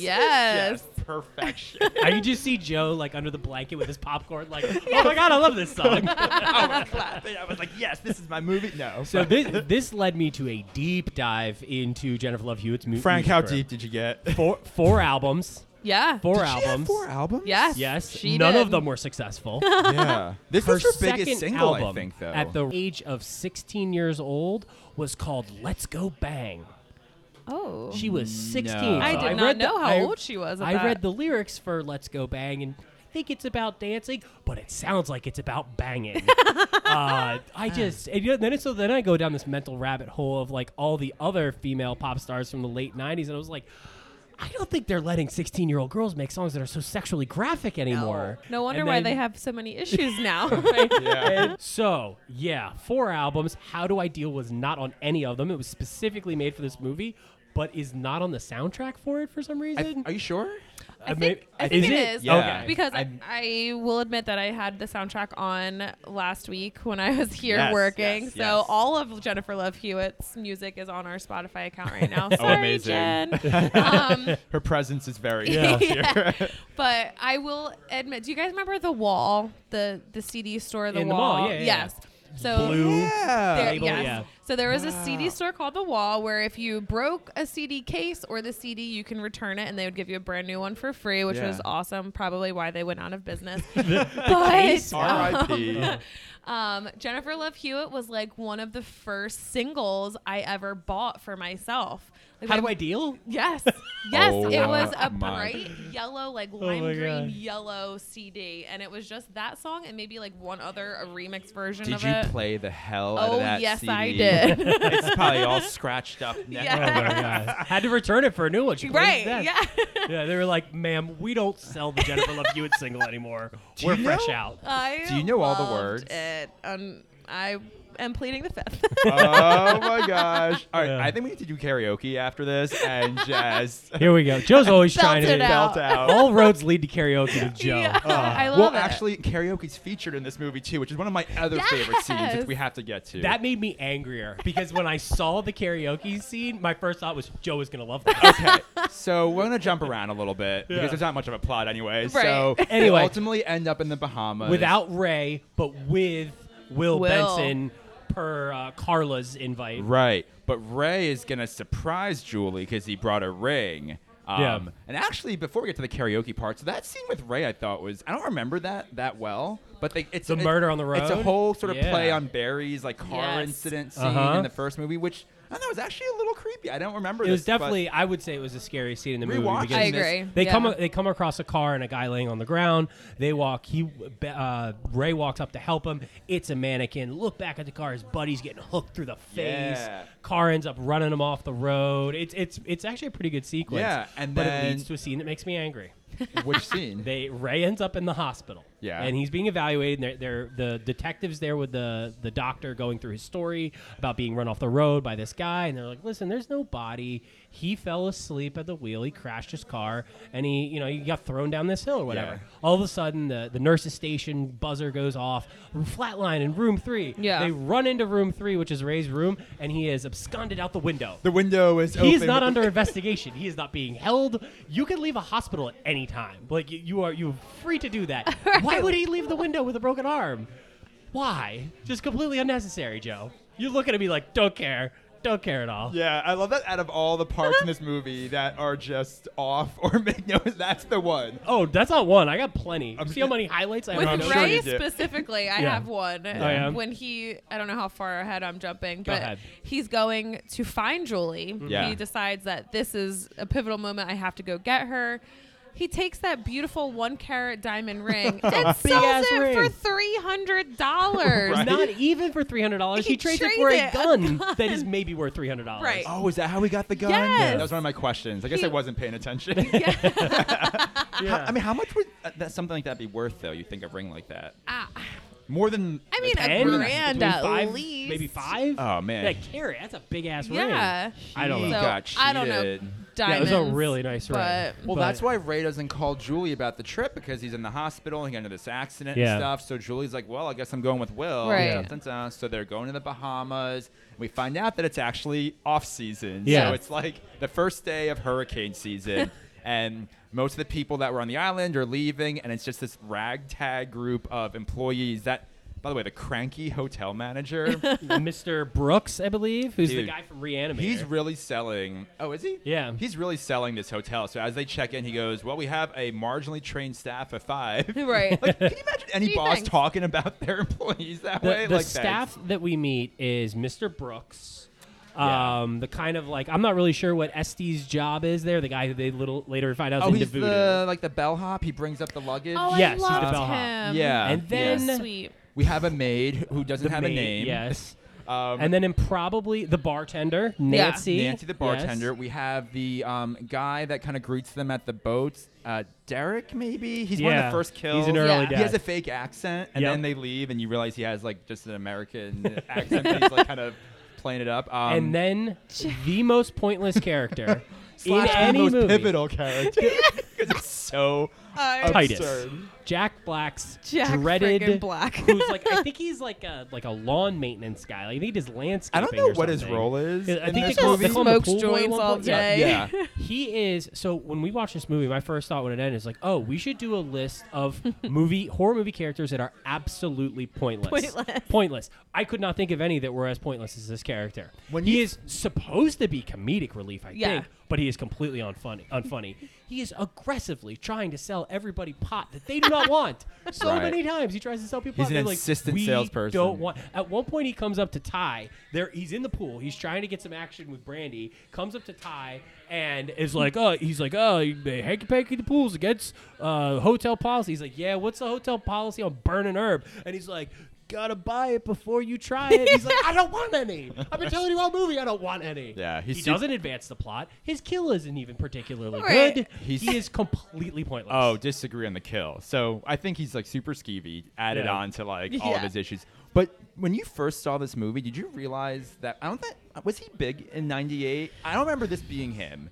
is Yes. just perfection." *laughs* I could just see Joe like under the blanket with his popcorn, like, oh my god, I love this *laughs* song. I was *laughs* clapping. I was like, "Yes, this is my movie." No, so this this led me to a deep dive into Jennifer Love Hewitt's mu- *laughs* music. Frank, how career. deep did you get? Four four albums, Yeah. four Did she have albums. four albums. Yes. Yes, She none did. of them were successful. *laughs* Yeah. This *laughs* Her is her biggest second single, album, I think, though. at the age of 16 years old, was called "Let's Go Bang." Oh. She was 16. No. I So did not read know the, how I- old she was at I read that. the lyrics for "Let's Go Bang" and I think it's about dancing, but it sounds like it's about *laughs* banging. uh, I just and you know, then it's- so then I go down this mental rabbit hole of like all the other female pop stars from the late '90s, and I was like. I don't think they're letting 16 year old girls make songs that are so sexually graphic anymore. No wonder And why then- they have so *laughs* many issues now. *laughs* yeah. so, yeah, four albums. How Do I Deal was not on any of them. It was specifically made for this movie, but is not on the soundtrack for it for some I- reason. are you sure? I Uh, think, may- I think is it it? is. Yeah. Okay. Because I, I'm- I will admit that I had the soundtrack on last week when I was here Yes, working. yes, so yes. all of Jennifer Love Hewitt's music is on our Spotify account right now. Sorry, amazing. Jen. Um, Her presence is very Yeah. *laughs* yeah. But I will admit, do you guys remember the wall, the the CD store, the In the wall? mall, yeah, yeah, yeah. yes. So Blue Yeah. there- label, yes. yeah. So there was a CD store called The Wall where if you broke a CD case or the CD, you can return it and they would give you a brand new one for free, which Yeah. was awesome. Probably why they went out *laughs* of business. but *laughs* R.I.P. um, Jennifer Love Hewitt was like one of the first singles I ever bought for myself. Like, How do my- *laughs* I deal? Yes, *laughs* yes, Oh it was a my. bright yellow, like lime Oh my green God. yellow CD, and it was just that song and maybe like one other a remix version Did of you it. play the hell out oh of that yes, CD? I *laughs* did. it's probably all scratched *laughs* up now. Yeah. Oh my God. Had to return it for a new one. She claimed right? that. Yeah. *laughs* Yeah, they were like, ma'am, we don't sell the Jennifer Love Hewitt single anymore. *laughs* Do We're you fresh know- out. I Do you know all the loved words? It. Um, I am pleading the fifth. oh my gosh. All right, Yeah. I think we need to do karaoke after this *laughs* and just Here we go. Joe's always Belt trying to it out. belt out. All roads lead to karaoke with Joe. Yeah, *laughs* I love well, it. actually, karaoke's featured in this movie too, which is one of my other favorite scenes, Yes. which we have to get to. *laughs* That made me angrier because when I saw the karaoke scene, my first thought was Joe is gonna *laughs* love that. okay, so we're gonna jump around a little bit Yeah. because there's not much of a plot anyway. Right. So we Anyway. ultimately end up in the Bahamas Without Ray, but with Will, Will. Benson per uh, Carla's invite. Right. But Ray is going to surprise Julie because he brought a ring. Um, Yeah. And actually, before we get to the karaoke part, so that scene with Ray, I thought was I don't remember that that well, but they, it's The it's- murder on the It's a road? whole sort of play Yeah. on Barry's like car Yes. incident scene Uh-huh. in the first movie, which I don't know was actually a little creepy. I don't remember. It was this, but- definitely, I would say, it was the scariest scene in the movie. Rewatching because I agree. They yeah. come they come across a car and a guy laying on the ground. They walk. He uh, Ray walks up to help him. It's a mannequin. Look back at the car. His buddy's getting hooked through the face. Yeah. Car ends up running him off the road. It's it's it's actually a pretty good sequence. Yeah, and but then- it leads to a scene that makes me angry. *laughs* which scene? *laughs* They Ray ends up in the hospital. Yeah. and he's being evaluated. And they're, they're the detectives there with the the doctor going through his story about being run off the road by this guy, and they're like, "Listen, there's no body. He fell asleep at the wheel. He crashed his car, and he you know he got thrown down this hill or whatever." Yeah. All of a sudden, the the nurses station buzzer goes off. Flatline in room three. Yeah. they run into room three, which is Ray's room, and he is absconded out the window. the window is open. He's *laughs* not under investigation. He is not being held. You can leave a hospital at any time. Like you, you are, you're free to do *laughs* that. Why would he leave the window with a broken arm? Why? Just completely unnecessary, Joe. You're looking at me like, don't care, don't care at all. Yeah, I love that. Out of all the parts in this movie that are just off or *laughs* make no, that's the one. Oh, that's not one. I got plenty. I'm- See how many highlights I With have? I'm sure Ray you did. specifically, I Yeah. have one. Yeah. When he, I don't know how far ahead I'm jumping, but ahead. he's going to find Julie. Mm-hmm. Yeah. He decides that this is a pivotal moment. I have to go get her. He takes that beautiful one carat *laughs* diamond ring and sells ass it for ring. three hundred dollars. Right. *laughs* Not even for three hundred dollars. He He trades it traded for a it, a gun, gun. that is maybe worth three hundred dollars. Right. Uh, Oh, is that how we got the gun? Yes. That was one of my questions. I guess He- I wasn't paying attention. *laughs* Yeah. I mean, how much would uh, that something like that be worth, though? You think a ring like that Ah, more than? I mean, a Ten? grand at five, least. Maybe five. Oh, man. that carrot. That's a big ass ring. yeah. I don't He know. So, got I don't know. cheated. Yeah, it Diamonds. was a really nice ring. but- well, But- that's why Ray doesn't call Julie about the trip because he's in the hospital. He got into this accident Yeah. and stuff. So Julie's like, "Well, I guess I'm going with Will." Right. Dun, Yeah. dun, dun. So they're going to the Bahamas. We find out that it's actually off season. Yeah. So it's like the first day of hurricane *laughs* season. And most of the people that were on the island are leaving, and it's just this ragtag group of employees that, by the way, the cranky hotel *laughs* manager, Mr. Brooks, I believe, who's Dude, the guy from Reanimator. He's really selling. Oh, is he? Yeah. He's really selling this hotel. So as they check in, he goes, "Well, we have a marginally trained staff of five. *laughs* *laughs* Right. *laughs* like, can you imagine any Gee, boss thanks. talking about their employees that the, way? the like staff thanks. that we meet is Mr. Brooks. Yeah. Um, the kind of like I'm not really sure what Estee's job is there. The guy who they little later find out is Oh, into he's voodoo. the like the bellhop. He brings up the luggage. Oh, Yes, I he's the loved bellhop. him. yeah. And So then- sweet. we have a maid who doesn't the have a maid, name. Yes. *laughs* Um, and then in probably the bartender Nancy. Nancy the Yes. bartender. We have the um, guy that kind of greets them at the boats. Uh, Derek, maybe he's one of Yeah. the first He's kills. an early He has death. a fake accent, and Yep. then they leave, and you realize he has like just an *laughs* American accent. But he's like kind of playing it up. Um, *laughs* And then the most pointless character in *laughs* slash the any most *laughs* movie. pivotal character because it's so Uh, Titus, Absurd. Jack Black's Jack dreaded friggin' *laughs* Black. who's like I think he's like a like a lawn maintenance guy. Like, I think he does landscaping. I don't know or what his something. role is. I in think this they call, just they movie. call him the smokes pool boy joints at one all point. Yeah. day. *laughs* Yeah. *laughs* He is so when we watched this movie, my first thought when it ended is like, oh, we should do a list of movie horror movie characters that are absolutely pointless. Pointless. Pointless. I could not think of any that were as pointless as this character. When he you- is supposed to be comedic relief, I Yeah. think, but he is completely unfunny unfunny. he is aggressively trying to sell everybody pot that they do not want. So Right. many times he tries to sell He's people pot. an They're like, insistent "We salesperson." Don't want at one point, he comes up to Ty. There, he's in the pool. He's trying to get some action with Brandy. Comes up to Ty and is like, "Oh, he's like, oh, hanky panky the pool's against uh, hotel policy." He's like, "Yeah, what's the hotel policy on burning herb?" And he's like. Gotta buy it before you try it. He's like, I don't want any. I've been telling you all movie, I don't want any. Yeah, he he's su- doesn't advance the plot. His kill isn't even particularly Right. good. He's- He is completely pointless. Oh, disagree on the kill. So I think he's like super skeevy, added Yeah. on to like all of Yeah. his issues. But when you first saw this movie, did you realize that I don't think was he big in '98? I don't remember this being him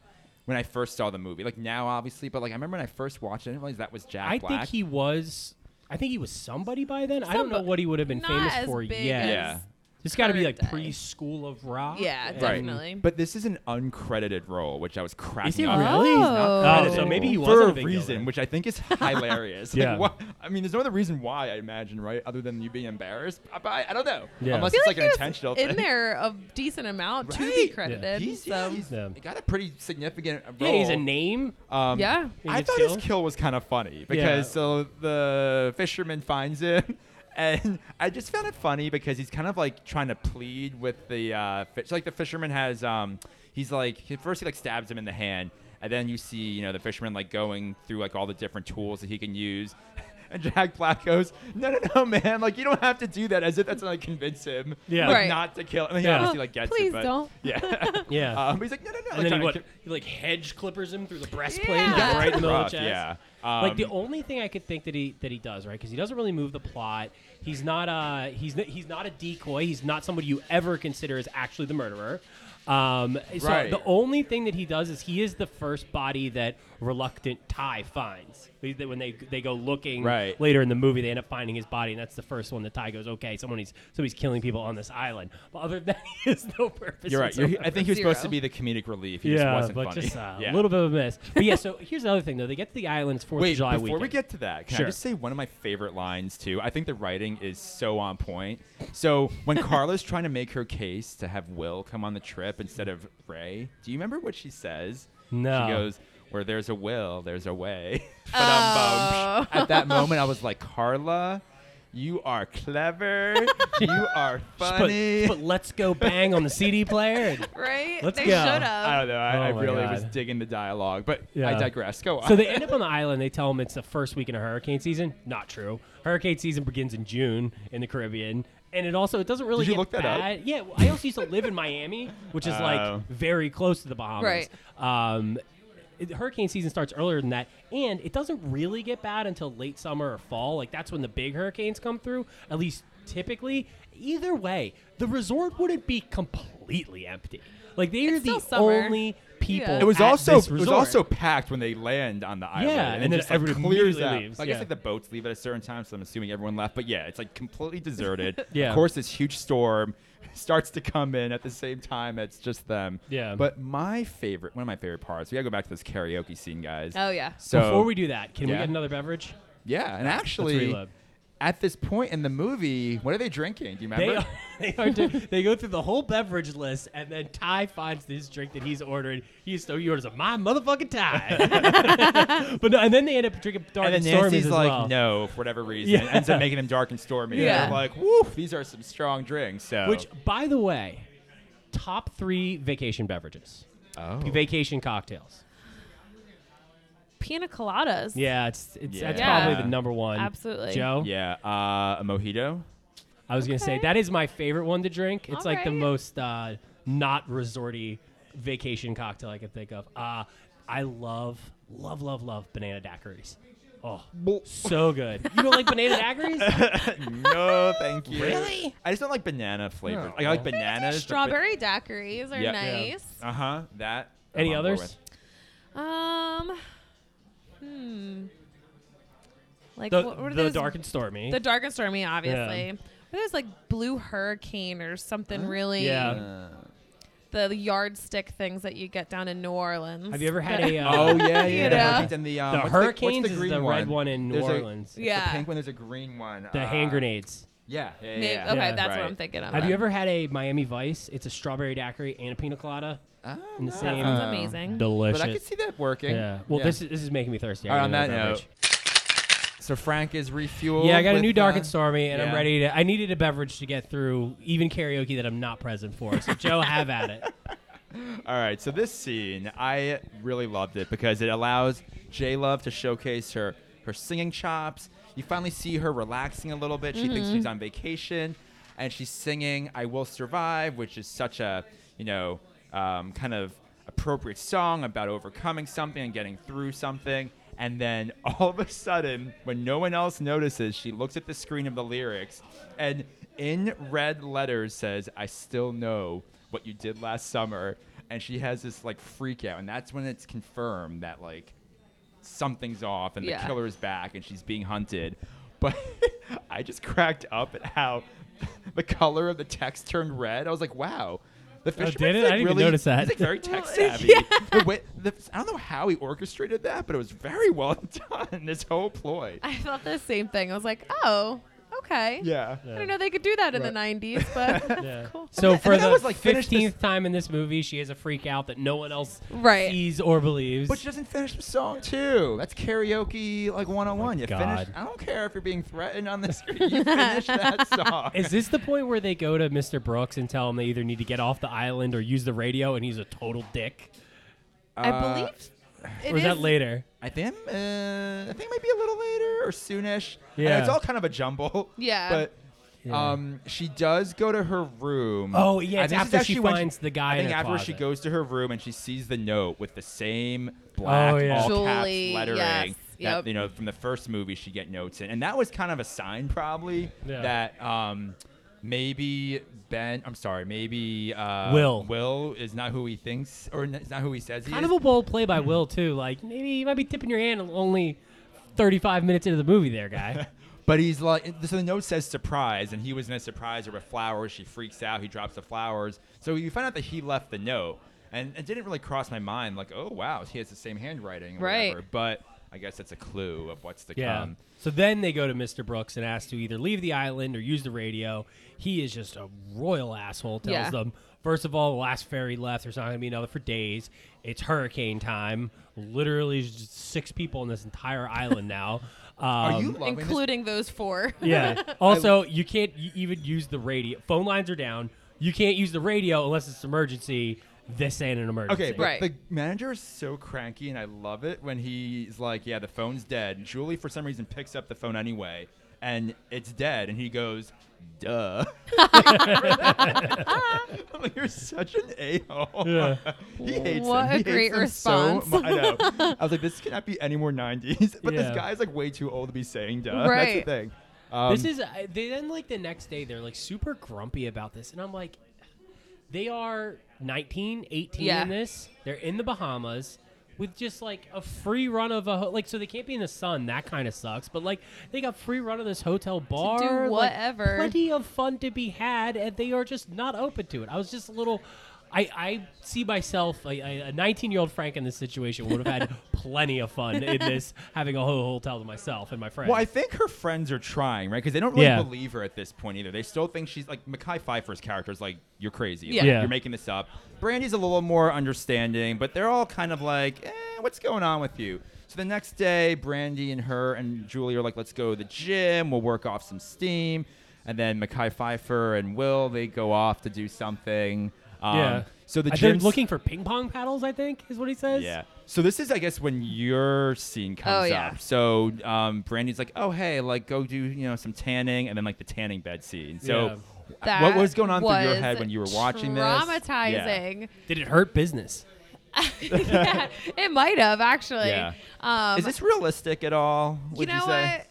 when I first saw the movie. Like now, obviously, but like I remember when I first watched it, I didn't realize that was Jack I Black. think he was. I think he was somebody by then. I don't know Somebo- what he would have been Not famous as for big yet. as Yeah. It's got to be current like day. preschool of rock. Yeah, and- Right. Definitely. But this is an uncredited role, which I was cracking Is he up at. really? He's Oh, not so credited. maybe he was for a a big reason, villain. which I think *laughs* is hilarious. Yeah. Like, why- I mean, there's no other reason why I imagine, right? Other than you being embarrassed. I, I, I don't know. Yeah. Unless I it's feel like, like an he was intentional in thing. *laughs* there a decent amount to Right. be Yeah. credited. He's, so. yeah, he's Yeah. got a pretty significant role. Yeah, he's a name. Um, Yeah. He I gets thought killed. his kill was kind of funny because Yeah. so the fisherman finds him. *laughs* And I just found it funny because he's kind of like trying to plead with the uh, fish. Like the fisherman has, um, he's like he- first he like stabs him in the hand, and then you see you know the fisherman like going through like all the different tools that he can use. *laughs* And Jack Black goes, "No, no, no, man! Like you don't have to do that." As if that's gonna, like convince him, Yeah. like, Right. not to kill. And then he Yeah. obviously like gets Please it, but don't. yeah, *laughs* Yeah. Um, but he's like, "No, no, no!" and like, then trying he, to what, ki- he like hedge clippers him through the breastplate, Yeah. like, right in the middle of Rough, the chest. yeah. like the Um, only thing I could think that he that he does right because he doesn't really move the plot. He's not a he's n- he's not a decoy. He's not somebody you ever consider as actually the murderer. Um, so Right. the only thing that he does is he is the first body that reluctant Ty finds. They- they- When they they go looking Right. later in the movie, they end up finding his body, and that's the first one that Ty goes, okay, someone is somebody's killing people on this island. But other than that, *laughs* he has no purpose. You're right. You're, whatsoever. I think he was supposed to Zero. be the comedic relief. He yeah, just wasn't but funny. *laughs* just uh, Yeah. a little bit of a miss. But yeah, so here's the other thing though. They get to the island. It's Fourth Wait, of July before we weekend. get to that, can Sure. I just say one of my favorite lines too? I think the writing is so on point. So *laughs* when Carla's trying to make her case to have Will come on the trip instead of Ray, do you remember what she says? No. She goes, "Where there's a will, there's a way." *laughs* but um, Oh. At that moment, I *laughs* was like, Carla. You are clever. you are Just funny. Put, put let's go bang on the CD player. and- right? Let's they go. should I have. don't know. I, Oh I my really was God. digging the dialogue, but I Yeah. digress. Go on. *laughs* so they end up on the island. They tell them it's the first weekend of hurricane season. Not true. Hurricane season begins in June in the Caribbean. And it also it doesn't really Did you get look that up? bad. Yeah, well, I also used to live in Miami, which is Oh. like very close to the Bahamas. Right. Um, it- hurricane season starts earlier than that, and it doesn't really get bad until late summer or fall. Like that's when the big hurricanes come through, at least typically. Either way, the resort wouldn't be completely empty. Like they are It's still the summer. only people. Yeah. It was at also this it was resort. also packed when they land on the island. Yeah, and, and it then just like, everyone clears immediately out. leaves, I yeah. guess like the boats leave at a certain time, so I'm assuming everyone left. But yeah, it's like completely *laughs* deserted. Yeah. Of course, this huge storm *laughs* starts to come in at the same time. It's just them. Yeah. But my favorite, one of my favorite parts, we gotta go back to this karaoke scene, guys. Oh, yeah. So Before we do that, can we Yeah. get another beverage? yeah, and actually, reload. at this point in the movie, what are they drinking? Do you remember? They are, *laughs* they are di- they go through the whole beverage list, and then Ty finds this drink that he's ordering. He's so he orders a my motherfucking Ty. *laughs* but no, and then they end up drinking dark and and, then stormy Nancy's as like, well. no, for whatever reason, Yeah. ends up making them dark and stormy. *laughs* Yeah. And they're like, woof, these are some strong drinks. So Which, by the way, top three vacation beverages, oh. vacation cocktails. Pina coladas. Yeah, it's, it's that's Yeah. probably the number one. Absolutely. Joe. Yeah, uh, a mojito. I was gonna say Okay. that is my favorite one to drink. It's like the Alright. most uh, not resorty vacation cocktail I can think of. Uh, I love, love, love, love banana daiquiris. Oh, so good. You don't like banana *laughs* daiquiris? no, thank you. Really? I just don't like banana flavors. Oh, Like, I like bananas. Strawberry daiquiris are Yeah. Yeah. nice. Uh huh. That. Any I'm on board others? with. Um, hmm. Like The, what, what are the those? dark and stormy. the dark and stormy, obviously. Yeah. But there's like blue hurricane or something really. yeah. The yardstick things that you get down in New Orleans. Have you ever had a? Uh, Oh yeah, yeah. You The know? hurricanes and the um, The what's hurricanes the, what's is the, green the red one in New There's a- Orleans. it's Yeah. The pink one. There's a green one. the uh, hand grenades. Yeah, yeah, yeah. Maybe- yeah. Okay, Yeah. that's Right. what I'm thinking of. Have you then. ever had a Miami Vice? It's a strawberry daiquiri and a pina colada in the That same. sounds Uh, amazing. Delicious. But I could see that working. yeah. Well, this is this is making me thirsty. I All right, on need that another beverage. note. So Frank is refueled. Yeah, I got a with, new dark uh, and stormy, and I'm yeah. ready to. I needed a beverage to get through even karaoke that I'm not present for. *laughs* So Joe, have at it. All right, so this scene, I really loved it because it allows J Love to showcase her her singing chops. You finally see her relaxing a little bit. She thinks she's on vacation, and she's singing "I Will Survive," which is such a you know um, kind of appropriate song about overcoming something and getting through something. And then *laughs* all of a sudden, when no one else notices, she looks at the screen of the lyrics and in red letters says, I still know what you did last summer. And she has this like freak out. And that's when it's confirmed that like something's off and Yeah. the killer is back and she's being hunted. But *laughs* I just cracked up at how *laughs* the color of the text turned red. I was like, wow. The fisherman's Oh, did it? I like, didn't even really- notice that. he's, like, *laughs* very tech savvy. The way- the- I don't know how he orchestrated that, but it was very well *laughs* done. This whole ploy. I felt the same thing. I was like, oh, okay. Yeah. I didn't know they could do that in the 90s, *laughs* but cool. So for then I the was, like, finished this- 15th time in this movie, she has a freak out that no one else Right. sees or believes. But she doesn't finish the song too. That's karaoke like 101. you Oh God. finish. I don't care if you're being threatened on the *laughs* screen. You finish *laughs* that song. is this the point where they go to Mr. Brooks and tell him they either need to get off the island or use the radio, and he's a total dick? Uh, I believe it Or is that is- later? I think uh, I think maybe a little later or soonish. Yeah, Yeah. it's all kind of a jumble. *laughs* Yeah. but. Um, she does go to her room. Oh, yeah, I it's think this is after she actually when finds the guy I in think her after she closet. goes to her room and she sees the note with the same black Oh, yeah. all Julie, caps lettering. yes, That, yep. you know, from the first movie she get notes in, and that was kind of a sign probably Yeah. that um, maybe Ben. I'm sorry, maybe uh, Will. Will is not who he thinks or n- is not who he says he Kind is. of a bold play by Will too. Like maybe you might be tipping your hand only 35 minutes into the movie, there, guy. But he's like, so the note says surprise, and he was in a surprise her with flowers. She freaks out. He drops the flowers. So you find out that he left the note, and it didn't really cross my mind. Like, oh wow, he has the same handwriting, or Right. Whatever. But I guess that's a clue of what's to Yeah. come. so then they go to Mr. Brooks and ask to either leave the island or use the radio. He is just a royal asshole. Tells Yeah. them first of all, the last ferry left. There's not going to be another for days. It's hurricane time. Literally, there's just six people on this entire *laughs* island now. Um, Are you loving this? including those four. Yeah. Also, you can't y- even use the radio. Phone lines are down. You can't use the radio unless it's emergency. This ain't an emergency. Okay, but Right. the manager is so cranky, and I love it when he's like, "Yeah, the phone's dead." Julie, for some reason, picks up the phone anyway, and it's dead, and he goes, "Duh." *laughs* I'm like, "You're such an a-hole." Yeah. *laughs* he hates What him. a He hates great him response. So mu- I know. I was like, "This cannot be any more '90s." *laughs* But Yeah. this guy's like way too old to be saying "duh." That's Right. the thing. Um, this is I- they then like the next day they're like super grumpy about this and i'm like they are 19 18 Yeah. in this they're in the bahamas with just like a free run of a ho- like so they can't be in the sun that kind of sucks but like they got free run of this hotel bar like, whatever. plenty of fun to be had and they are just not open to it i was just a little I, I see myself a- a 19 year old Frank in this situation would *laughs* have had plenty of fun in this having a whole hotel to myself and my friends. Well, I think her friends are trying, right? Because they don't really Yeah. believe her at this point either. They still think she's like Mackay Pfeiffer's character is like, "You're crazy. Like, Yeah. Yeah. You're making this up." Brandy's a little more understanding, but they're all kind of like, eh, "What's going on with you?" So the next day, Brandy and her and Julie are like, "Let's go to the gym. We'll work off some steam." And then Mackay Pfeiffer and Will they go off to do something. Um, yeah. So the Uh, they're gym's- looking for ping pong paddles. I think is what he says. yeah. So this is, I guess, when your scene comes Oh, yeah. up. So um, Brandy's like, "Oh, hey, like go do you know some tanning," and then like the tanning bed scene. So *laughs* That what was going on through your was head when you were watching this? Yeah. Traumatizing. Did it hurt business? Yeah. it might have actually. Yeah. Um, Is this realistic at all? you Would know you, say? what?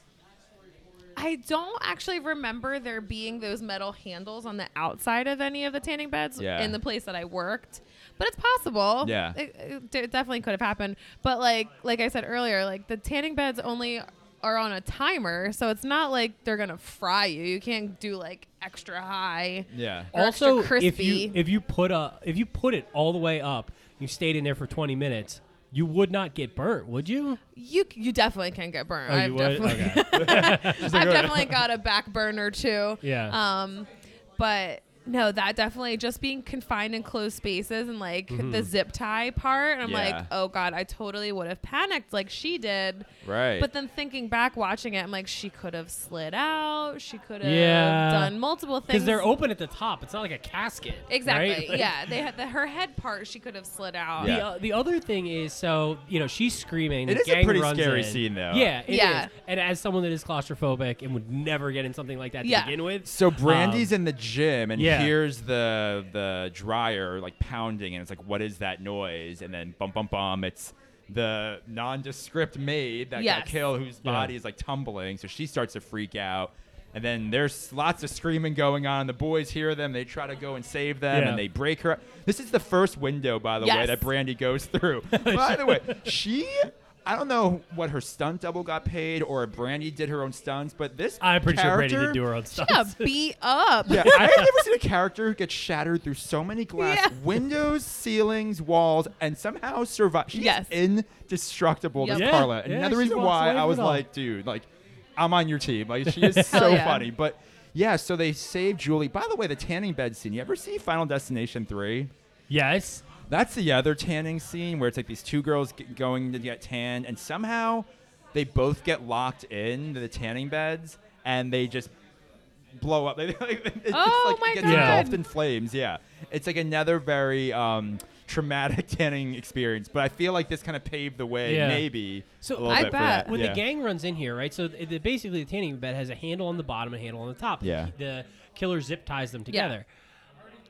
I don't actually remember there being those metal handles on the outside of any of the tanning beds Yeah. in the place that I worked, but it's possible. Yeah. it, it de- definitely could have happened. But like, like I said earlier, like the tanning beds only are on a timer, so it's not like they're gonna fry you. You can't do like extra high. Yeah. or extra also crispy. if you if you put a if you put it all the way up you stayed in there for 20 minutes you would not get burnt would you you you definitely can get Oh, burnt. Oh, you I've would definitely *laughs* okay. I've definitely got a back burner too. Yeah. Um, but no, that definitely just being confined in closed spaces and like Mm-hmm. the zip tie part. And I'm Yeah. like, oh god, I totally would have panicked like she did. Right. But then thinking back, watching it, I'm like, she could have slid out. She could have Yeah. done multiple things. because they're open at the top it's not like a casket right? Exactly. Like- Yeah. They had the, her head part. She could have slid out. The, Yeah. o- the other thing is, so you know, she's screaming. It the is a gang pretty runs scary in. scene, though. Yeah, it is. Yeah. And as someone that is claustrophobic and would never get in something like that to Yeah. begin with, So Brandy's um, in the gym and yeah. hears the the dryer like pounding and it's like what is that noise and then bum bum bum it's the nondescript maid that got Yes. killed whose Yeah. body is like tumbling so she starts to freak out and then there's lots of screaming going on the boys hear them they try to go and save them Yeah. and they break her up. this is the first window by the way Yes. that Brandy goes *laughs* through by the way she I don't know what her stunt double got paid or if Brandy did her own stunts but this I'm pretty sure Brady character- did do her own stuff. Yeah, *laughs* beat up. yeah, I have never seen a character who gets shattered through so many glass Yeah. windows, ceilings, walls, and somehow survive. She's Yes. indestructible, this Yep. Yeah, Carla. And yeah, another she reason walks why away I from was it all. like, dude, like, I'm on your team. Like, *laughs* she is so yeah. funny. But yeah, so they saved Julie. By the way, the tanning bed scene. You ever see Final Destination 3? Yes. That's the other tanning scene where it's like these two girls g- going to get tanned, and somehow they both get locked in to the tanning beds, and they just blow up. *laughs* They, like, it just, Oh like, my gets God. engulfed in flames. Yeah, it's like another very um, traumatic *laughs* tanning experience. But I feel like this kind of paved the way, Yeah. maybe. So- a little I bit for bet. that. when Yeah. the gang runs in here, right? So th the, basically, the tanning bed has a handle on the bottom and a handle on the top. Yeah. The killer zip ties them together.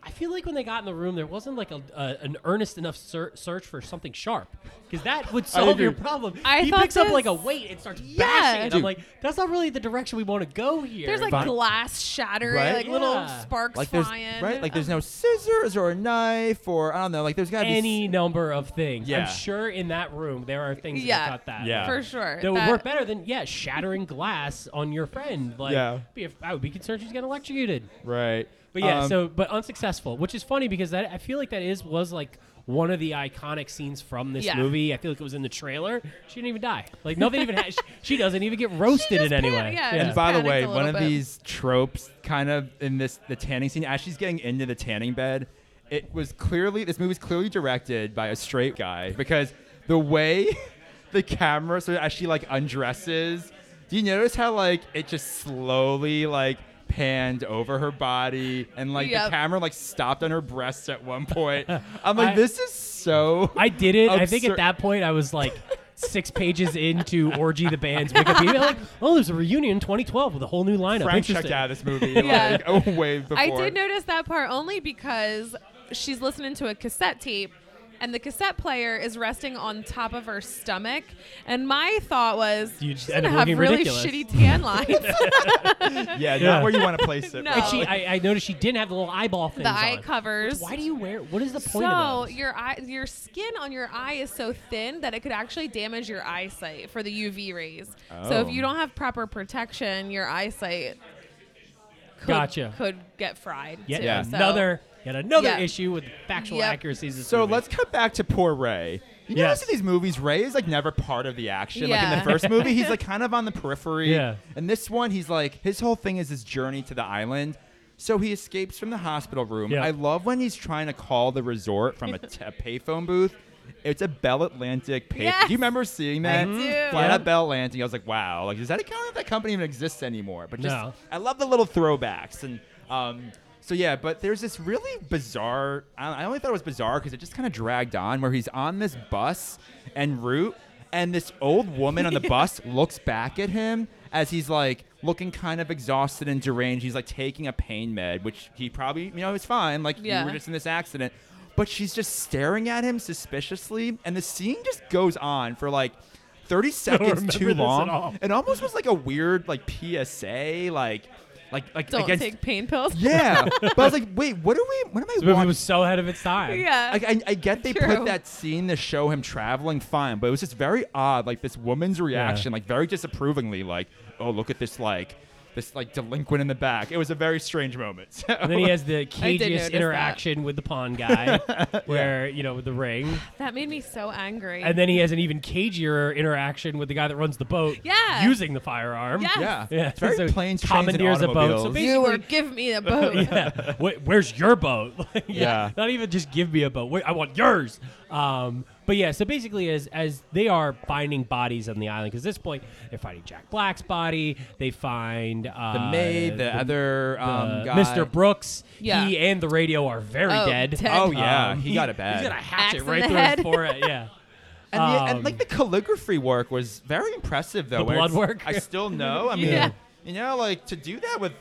I feel like when they got in the room, there wasn't like a, a an earnest enough ser- search for something sharp, because *laughs* that would solve your agree. problem. I he thought picks up like a this- weight and starts Yeah. bashing it. I'm Dude. like, that's not really the direction we want to go here. There's like Fine. glass shattering, Right? like little Yeah. sparks Like there's flying. right, like there's no scissors or a knife or I don't know, like there's gotta be any number of things. Yeah. I'm sure in that room there are things Yeah. that got that. Yeah. for sure. That would That- work better than yeah, shattering glass on your friend. Like, Yeah. be if- I would be concerned she's getting electrocuted. s- right. But yeah, Um, so but unsuccessful, which is funny because that I feel like that is was like one of the iconic scenes from this Yeah. movie. I feel like it was in the trailer. She didn't even die. Like nothing even *laughs* ha- she, she doesn't even get roasted just in any pan- way. yeah, And just by the panicked way, a one of little bit. these tropes kind of in this the tanning scene, as she's getting into the tanning bed, it was clearly this movie's clearly directed by a straight guy because the way *laughs* the camera so as she like undresses, do you notice how like it just slowly like panned over her body and like the Yep. camera like stopped on her breasts at one *laughs* point. I'm like, I- this is so I did it. I think Absurd. at that point I was like six pages into Orgy the Band's Wikipedia. Like, oh, there's a reunion in 2012 with a whole new lineup. Frank checked Interesting. out of this movie Yeah. like way before. I did notice that part only because she's listening to a cassette tape and the cassette player is resting on top of her stomach. And my thought was, You she's end going up to looking have really ridiculous. *laughs* shitty tan lines. Yeah, Yeah. not where you want to place it. *laughs* No. And she, I, I noticed she didn't have the little eyeball things. the eye on. covers. Why do you wear? What is the point so of those? your eye, your skin on your eye is so thin that it could actually damage your eyesight for the UV rays. So Oh. if you don't have proper protection, your eyesight could, Gotcha. could get fried. Yet too. Yeah. So- another, yet another Yeah. issue with factual Yep. accuracies. of this So movie. let's cut back to poor Ray. You notice Yes. in these movies, Ray is like never part of the action. Like Yeah. in the first movie, *laughs* he's like kind of on the periphery. Yeah. And this one, he's like his whole thing is his journey to the island. So he escapes from the hospital room. Yeah. I love when he's trying to call the resort from a, t- a payphone booth. It's a Bell Atlantic pay. Yes. Do you remember seeing that? do. Flat Yeah. out Bell Atlantic. I was like, wow. Like, does that account if that company even exists anymore? But just No. I love the little throwbacks and um, so yeah, but there's this really bizarre. I I only thought it was bizarre because it just kind of dragged on where he's on this bus en route, and this old woman *laughs* on the bus looks back at him as he's like looking kind of exhausted and deranged. He's like taking a pain med, which he probably you know is fine. Like you Yeah. were just in this accident. But she's just staring at him suspiciously, and the scene just goes on for like 30 seconds *laughs* remember too this at long. all. It almost was like a weird like PSA, like Like like Don't against take pain pills. Yeah. but I was like, wait, what are we what am I This movie watching? was so ahead of its time. *laughs* yeah. Like, I, I get they True. put that scene to show him traveling fine, but it was just very odd. Like this woman's reaction, like very disapprovingly, like, "Oh, look at this like this like delinquent in the back." It was a very strange moment. *laughs* So- And then he has the did notice cagiest that. interaction with the pawn *laughs* guy, where you know with the ring, that made me so angry. and then he has an even cagier interaction with the guy that runs the boat, Yeah. using the firearm. Yeah. yeah. yeah. It's very so plain trains and commandeers a boat. So automobiles. basically, you were give me a *laughs* boat. yeah. Wait, where's your boat? *laughs* Like, Yeah. Not even just give me a boat. Wait, I want yours. Um, but yeah, so basically, as as they are finding bodies on the island, because at this point they're finding Jack Black's body. They find uh, the maid, the, other um, uh, guy, Mr. Brooks. Yeah. He and the radio are very Oh, dead. dead. Oh yeah, Um, he got it bad. He's got a hatchet Axe in right the through head. his forehead. *laughs* Yeah. and, the, and Um, like the calligraphy work was very impressive though. The where blood it's- work? I still *laughs* know. I mean, Yeah. you know, like to do that with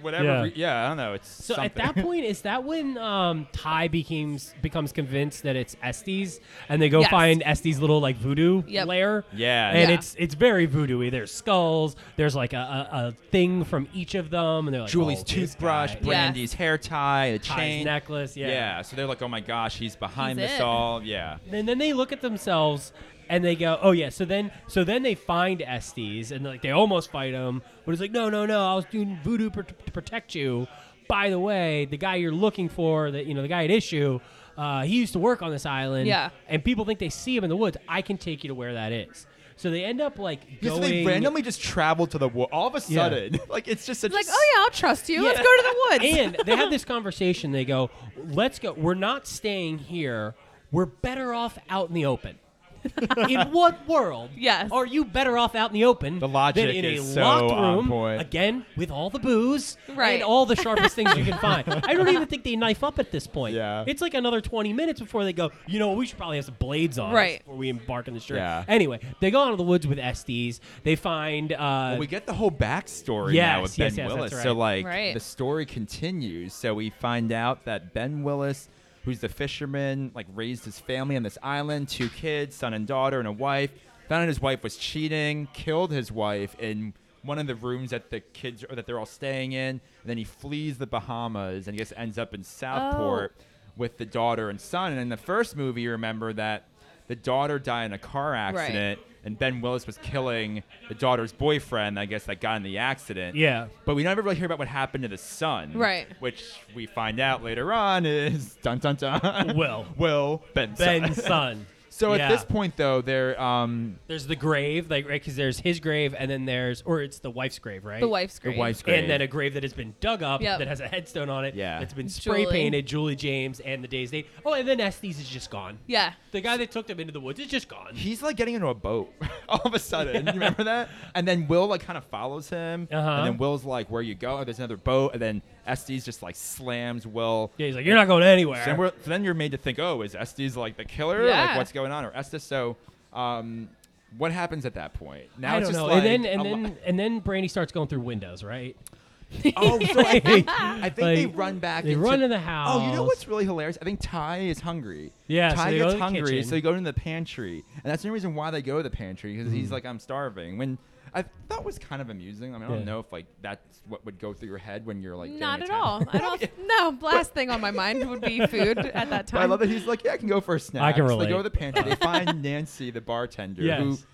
whatever. Yeah. Yeah, re- yeah I don't know. It's So something. at that point, is that when um, Ty becomes becomes convinced that it's Estes, and they go Yes. find Estes' little like voodoo Yep. lair? Yeah. and Yeah. it's it's very voodoo-y. There's skulls. There's like a, a, a thing from each of them, and they're *laughs* like Julie's oh, this toothbrush, guy- Yeah. Brandy's hair tie, the Ty's chain. necklace. Yeah. Yeah. so they're like, oh my gosh, he's behind He's this it. all. Yeah. And then they look at themselves and they go, oh yeah. So then so then they find Estes, and like they almost fight him, but it's like no no no, I was doing voodoo pr- to protect you. By the way, the guy you're looking for, that you know the guy at issue. Uh, he used to work on this island, Yeah. And people think they see him in the woods. I can take you to where that is. So they end up like Yeah, going. so they randomly just traveled to the wood. All of a Yeah. sudden, *laughs* like it's just such It's like, oh yeah, I'll trust you. Let's go to the *laughs* woods. and they have this conversation. They go, "Let's go. We're not staying here. We're better off out in the *laughs* open." in what world Yes. are you better off out in the open The logic than in is a so locked on room point. again with all the booze Right. and all the sharpest things *laughs* you can find? I don't even think they knife up at this point. Yeah. It's like another 20 minutes before they go, you know, we should probably have some blades on us Right. before we embark on this journey. Yeah. Anyway, they go out into the woods with Estes. They find uh, Well, we get the whole backstory now Yes, with yes, Ben yes, that's Willis. So right. like Right. the story continues. So we find out that Ben Willis, who's the fisherman, like raised his family on this island, two kids, son and daughter, and a wife. Found out his wife was cheating, killed his wife in one of the rooms that the kids or that they're all staying in. And then he flees the Bahamas and I guess ends up in Southport with the daughter and son. And in the first movie, you remember that the daughter died in a car accident and Ben Willis was killing the daughter's boyfriend, I guess, that got in the accident. Yeah. But we never really hear about what happened to the son. Right. Which we find out later on is *laughs* dun dun dun. Will. Will Ben's *laughs* Ben's son. son. So Yeah. at this point though, they're um There's the grave, like right, because there's his grave, and then there's, or it's the wife's grave, right? the wife's great. the wife's grave. And then a grave that has been dug up Yep. that has a headstone on it Yeah. that's been spray Julie. painted Julie James and the day's date. Oh, and then Estes is just gone. Yeah. The guy that took them into the woods is just gone. He's like getting into a boat *laughs* all of a sudden. You remember that? And then Will like kind of follows him. Uh-huh. And then Will's like, "Where you go? Oh, There's another boat." And then Estes just like slams Will. Yeah, he's like, you're not going anywhere. So then, we're- so then you're made to think, oh, is Estes like the killer? Yeah. Like what's going on? Or Estes? So, um, what happens at that point? Now I it's don't just know. like and then a and lo- then and then Brandy starts going through windows, right? oh, so I think, I think they *laughs* Like, run back. they into, run in the Oh, you know house. what's really hilarious? I think Ty is hungry. Yeah, so Ty they go gets to the hungry, kitchen. so they go to the pantry, and that's the only reason why they go to the pantry because Mm-hmm. he's like, I'm starving. When I thought was kind of amusing. I mean, I don't Yeah. know if like that's what would go through your head when you're like getting Not at attacked. all. I don't. No, last thing on my mind would be food at that time. But I love that he's like, yeah, I can go for a snack. I can So they go relate. to the pantry. They *laughs* find Nancy, the bartender, who Yes.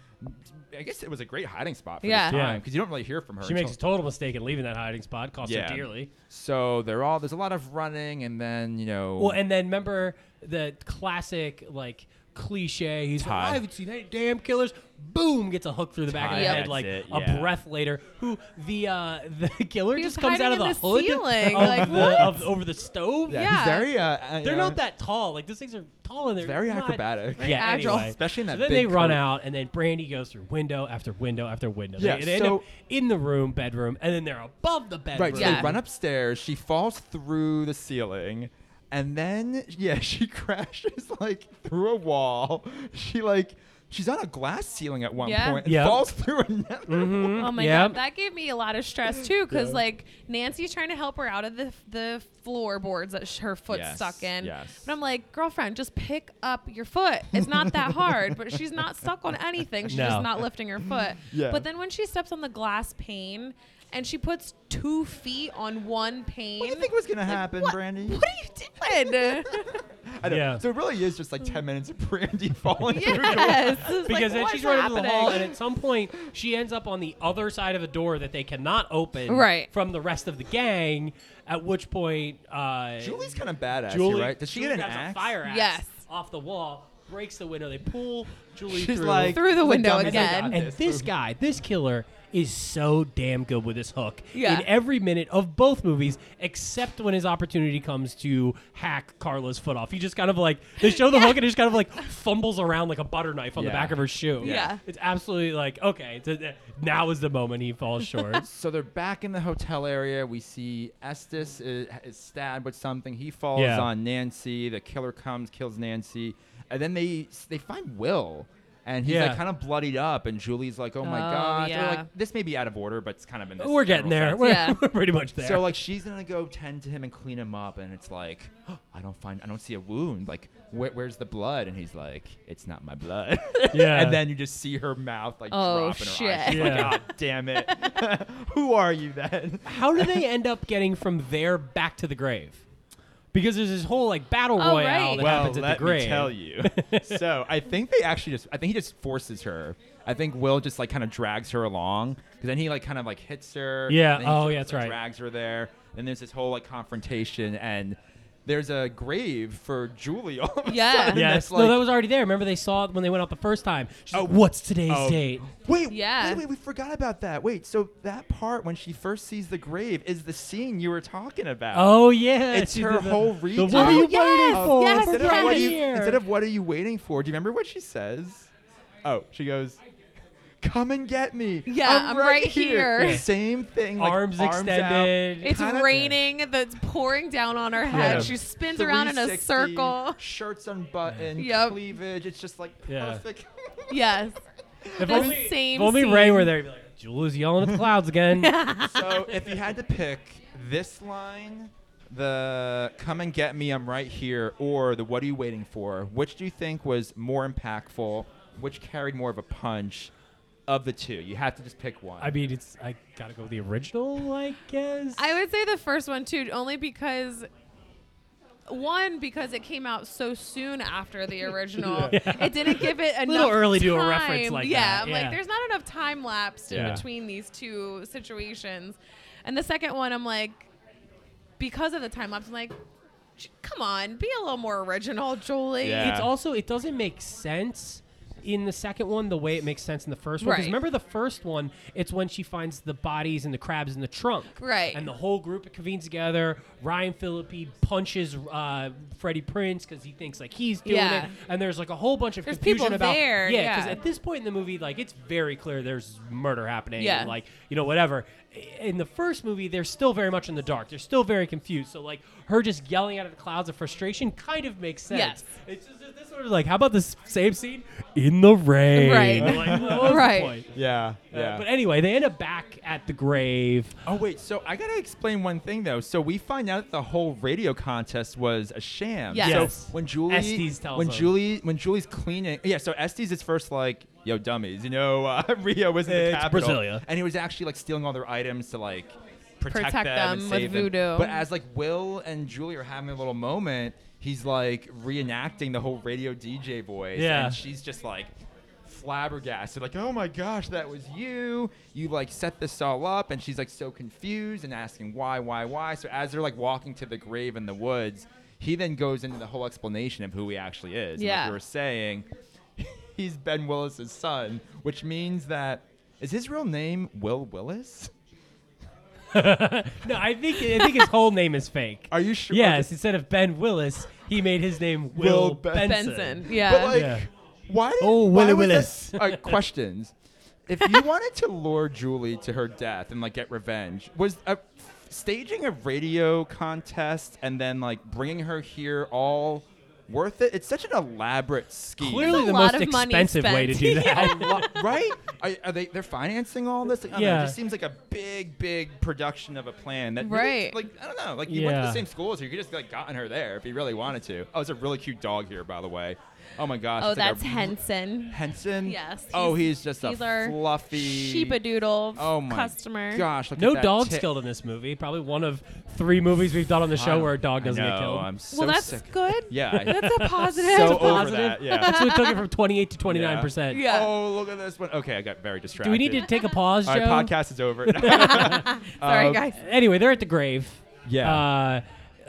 I guess it was a great hiding spot for Yeah. this Yeah. time because you don't really hear from her. She makes a until- total mistake in leaving that hiding spot, costs Yeah. her dearly. so they're all there's a lot of running, and then you know. Well, and then remember the classic like cliche. He's like, Ty. I haven't seen any damn killers. Boom, gets a hook through the back of Ty, the head that's like it, a yeah. breath later. Who the uh, *laughs* the killer He just was comes out of hiding the, in the hood ceiling, of like, the- what? of- over the stove. yeah, yeah. he's very. Uh, uh, They're you know, not that tall. Like those things are tall and they're very not- acrobatic. Yeah, agile. anyway. Especially in So that then big they run coat. out, and then Brandy goes through window after window after window. They- Yeah, they, end so- up in the room, bedroom, and then they're above the bedroom. Right, so Yeah. they run upstairs. She falls through the ceiling, and then *laughs* yeah, she crashes like through a wall. She like she's on a glass ceiling at one Yeah. point and Yep. Mm-hmm. falls through *laughs* another. Oh my Yeah. god, that gave me a lot of stress too, because like Nancy's trying to help her out of the the floorboards that sh- her foot's Yes, stuck in. yes. But I'm like, girlfriend, just pick up your foot. It's not that hard. But she's not stuck on anything. She's No. just not lifting her foot. Yeah. But then when she steps on the glass pane and she puts two feet on one pane. What do you think was gonna happen, what- Brandy? What are you *laughs* doing? I don't- Yeah. So it really is just like Mm. ten minutes of Brandy *laughs* falling through. yes. It's *laughs* like, Because then what's she's running through the hall, and happening? at some point she ends up on the other side of a door that they cannot open Right. from the rest of the gang. At which point, uh, Julie's kind of badass, here, Julie, right? Does she Julie get an grabs axe? A fire axe Yes. off the wall, breaks the window. They pull Julie She's through. like Through the "Look, window dummies, I got again." and this." this guy, this killer, is so damn good with his hook Yeah. in every minute of both movies, except when his opportunity comes to hack Carla's foot off. He just kind of like they *laughs* show the hook and he just kind of like fumbles around like a butter knife on the Yeah. back of her shoe. *laughs* Yeah. it's absolutely like okay, it's a, now is the moment he falls *laughs* short. So they're back in the hotel area. We see Estes is, is stabbed with something. He falls Yeah. on Nancy. The killer comes, kills Nancy, and then they they find Will, and he's Yeah. like kind of bloodied up. And Julie's like, "Oh my Oh, god!" They're yeah. like, this may be out of order, but it's kind of in this. We're getting there. general We're, Yeah. *laughs* we're pretty much there. sense. So like she's gonna go tend to him and clean him up, and it's like, *gasps* I don't find, I don't see a wound. Like, where, where's the blood? And he's like, It's not my blood. *laughs* Yeah. and then you just see her mouth like Oh, drop in her eyes. She's shit. like, Yeah. God damn it! *laughs* Who are you then? "Oh, How do they end up getting from there back to the grave? Because there's this whole like battle Oh, royale right. that well, happens at let the grave. me tell *laughs* you. so I think they actually just. I think he just forces her. I think Will just like kind of drags her along because then he like kind of like hits her. Yeah, and then he oh, just, yeah, that's like, right. Drags her there. Then there's this whole like confrontation and. There's a grave for Julie. All of a Yeah. sudden Yes. that's, like- no, that was already there. Remember they saw it when they went out the first time. She's Oh. like, what's today's Oh. date? Wait, Yeah. wait, wait, we forgot about that. Wait, so that part when she first sees the grave is the scene you were talking about. Oh yeah. It's she her did the- whole the reach. what Oh, are you yes, waiting for? yes, Get instead, yes. of outta what are you, here. instead of what are you waiting for? Do you remember what she says? Oh, she goes, "Come and get me." Yeah, I'm right here. *laughs* Yeah. Same thing. like, arms, out. extended. It's kinda- raining. That's pouring down on her head. Yeah. She spins around in a 360, *laughs* circle. Shirts unbuttoned. Yep. Cleavage. It's just like Yeah. perfect. *laughs* Yes. if the only, same if only scene. Ray were there, he'd be like, Julie's yelling *laughs* at the clouds *laughs* again. so if you had to pick this line, the "Come and get me, I'm right here," or the "What are you waiting for," which do you think was more impactful? Which carried more of a punch? Of the two, you have to just pick one. I mean, it's I gotta go with the original, I guess. I would say the first one too, only because one because it came out so soon *laughs* after the original. It didn't give it enough little early to time. do *laughs* a reference like yeah, that, I'm yeah. like there's not enough time lapsed Yeah. in between these two situations. And the second one, I'm like, because of the time lapse, I'm like, "J- come on, be a little more original, Jolie. Yeah. It's also it doesn't make sense in the second one the way it makes sense in the first one. Because Right. remember the first one, it's when she finds the bodies and the crabs in the trunk. Right. And the whole group convenes together. Ryan Philippi punches uh, Freddie Prince because he thinks like he's doing Yeah. it. And there's like a whole bunch of There's confusion people about there, yeah. Because yeah. at this point in the movie, like it's very clear there's murder happening. Yeah. And, like you know whatever. In the first movie, they're still very much in the dark. They're still very confused. So like her just yelling out of the clouds of frustration kind of makes sense. Yes. It's just it's just sort of like, how about this same scene in the rain? Right. *laughs* Like, what was the Right. point? yeah, Uh, yeah. but anyway, they end up back at the grave. oh wait, so I gotta explain one thing though. So we find out the whole radio contest was a sham. Yes. Yes. So when Julie, Estes tells when him. Julie, when Julie's cleaning, yeah. So Estes is first like, "Yo, dummies, you know, uh, *laughs* Rio was in the It's capital, Brasilia. and he was actually like stealing all their items to like protect, Protect and them with save voodoo. But as like Will and Julie are having a little moment, he's like reenacting the whole radio DJ voice, Yeah. and she's just like flabbergasted like oh my gosh that was you you like set this all up and she's like so confused and asking why why why so as they're like walking to the grave in the woods he then goes into the whole explanation of who he actually is And Yeah. like you were saying *laughs* he's ben willis's son which means that is his real name will willis No, I think I think his whole name is fake. are you sure Yes, instead of Ben Willis, he made his name Will, Will Ben- Benson. Benson. Yeah. But like, Yeah. why? Did, Oh, why Willy was *laughs* Willis. that- all right, questions. If you wanted to lure Julie to her death and like get revenge, was uh staging a radio contest and then like bringing her here all worth it? It's such an elaborate scheme. Clearly, a the lot most of money expensive way to do *laughs* spent. Yeah. that. A lo- *laughs* right? Are, are they? They're financing all this. Like, I don't know, Yeah. it just seems like a big, big production of a plan. That really- Right. like I don't know. Like you went to Yeah. the same school, so you could just like gotten her there if you really wanted to. Oh, it's a really cute dog here, by the way. Oh my gosh. Oh, it's like a that's Henson. Henson. Yes. Oh, he's- he's just a he's our fluffy Sheepadoodle Oh my customer. gosh. Look No at that dogs tit. killed in this movie. Probably one of three movies we've done on the show where a dog doesn't I get know, killed. I'm so well, that's sick. good. Yeah, I- *laughs* that's a positive. so That's a over positive. that. Yeah. *laughs* That's what took it from 28 to 29 percent. Yeah. Oh, look at this one. Okay, I got very distracted. Do we need to take a pause, Joe? All right, podcast is over. *laughs* *laughs* *laughs* Sorry, Um, guys. Anyway, they're at the grave. Yeah. Uh,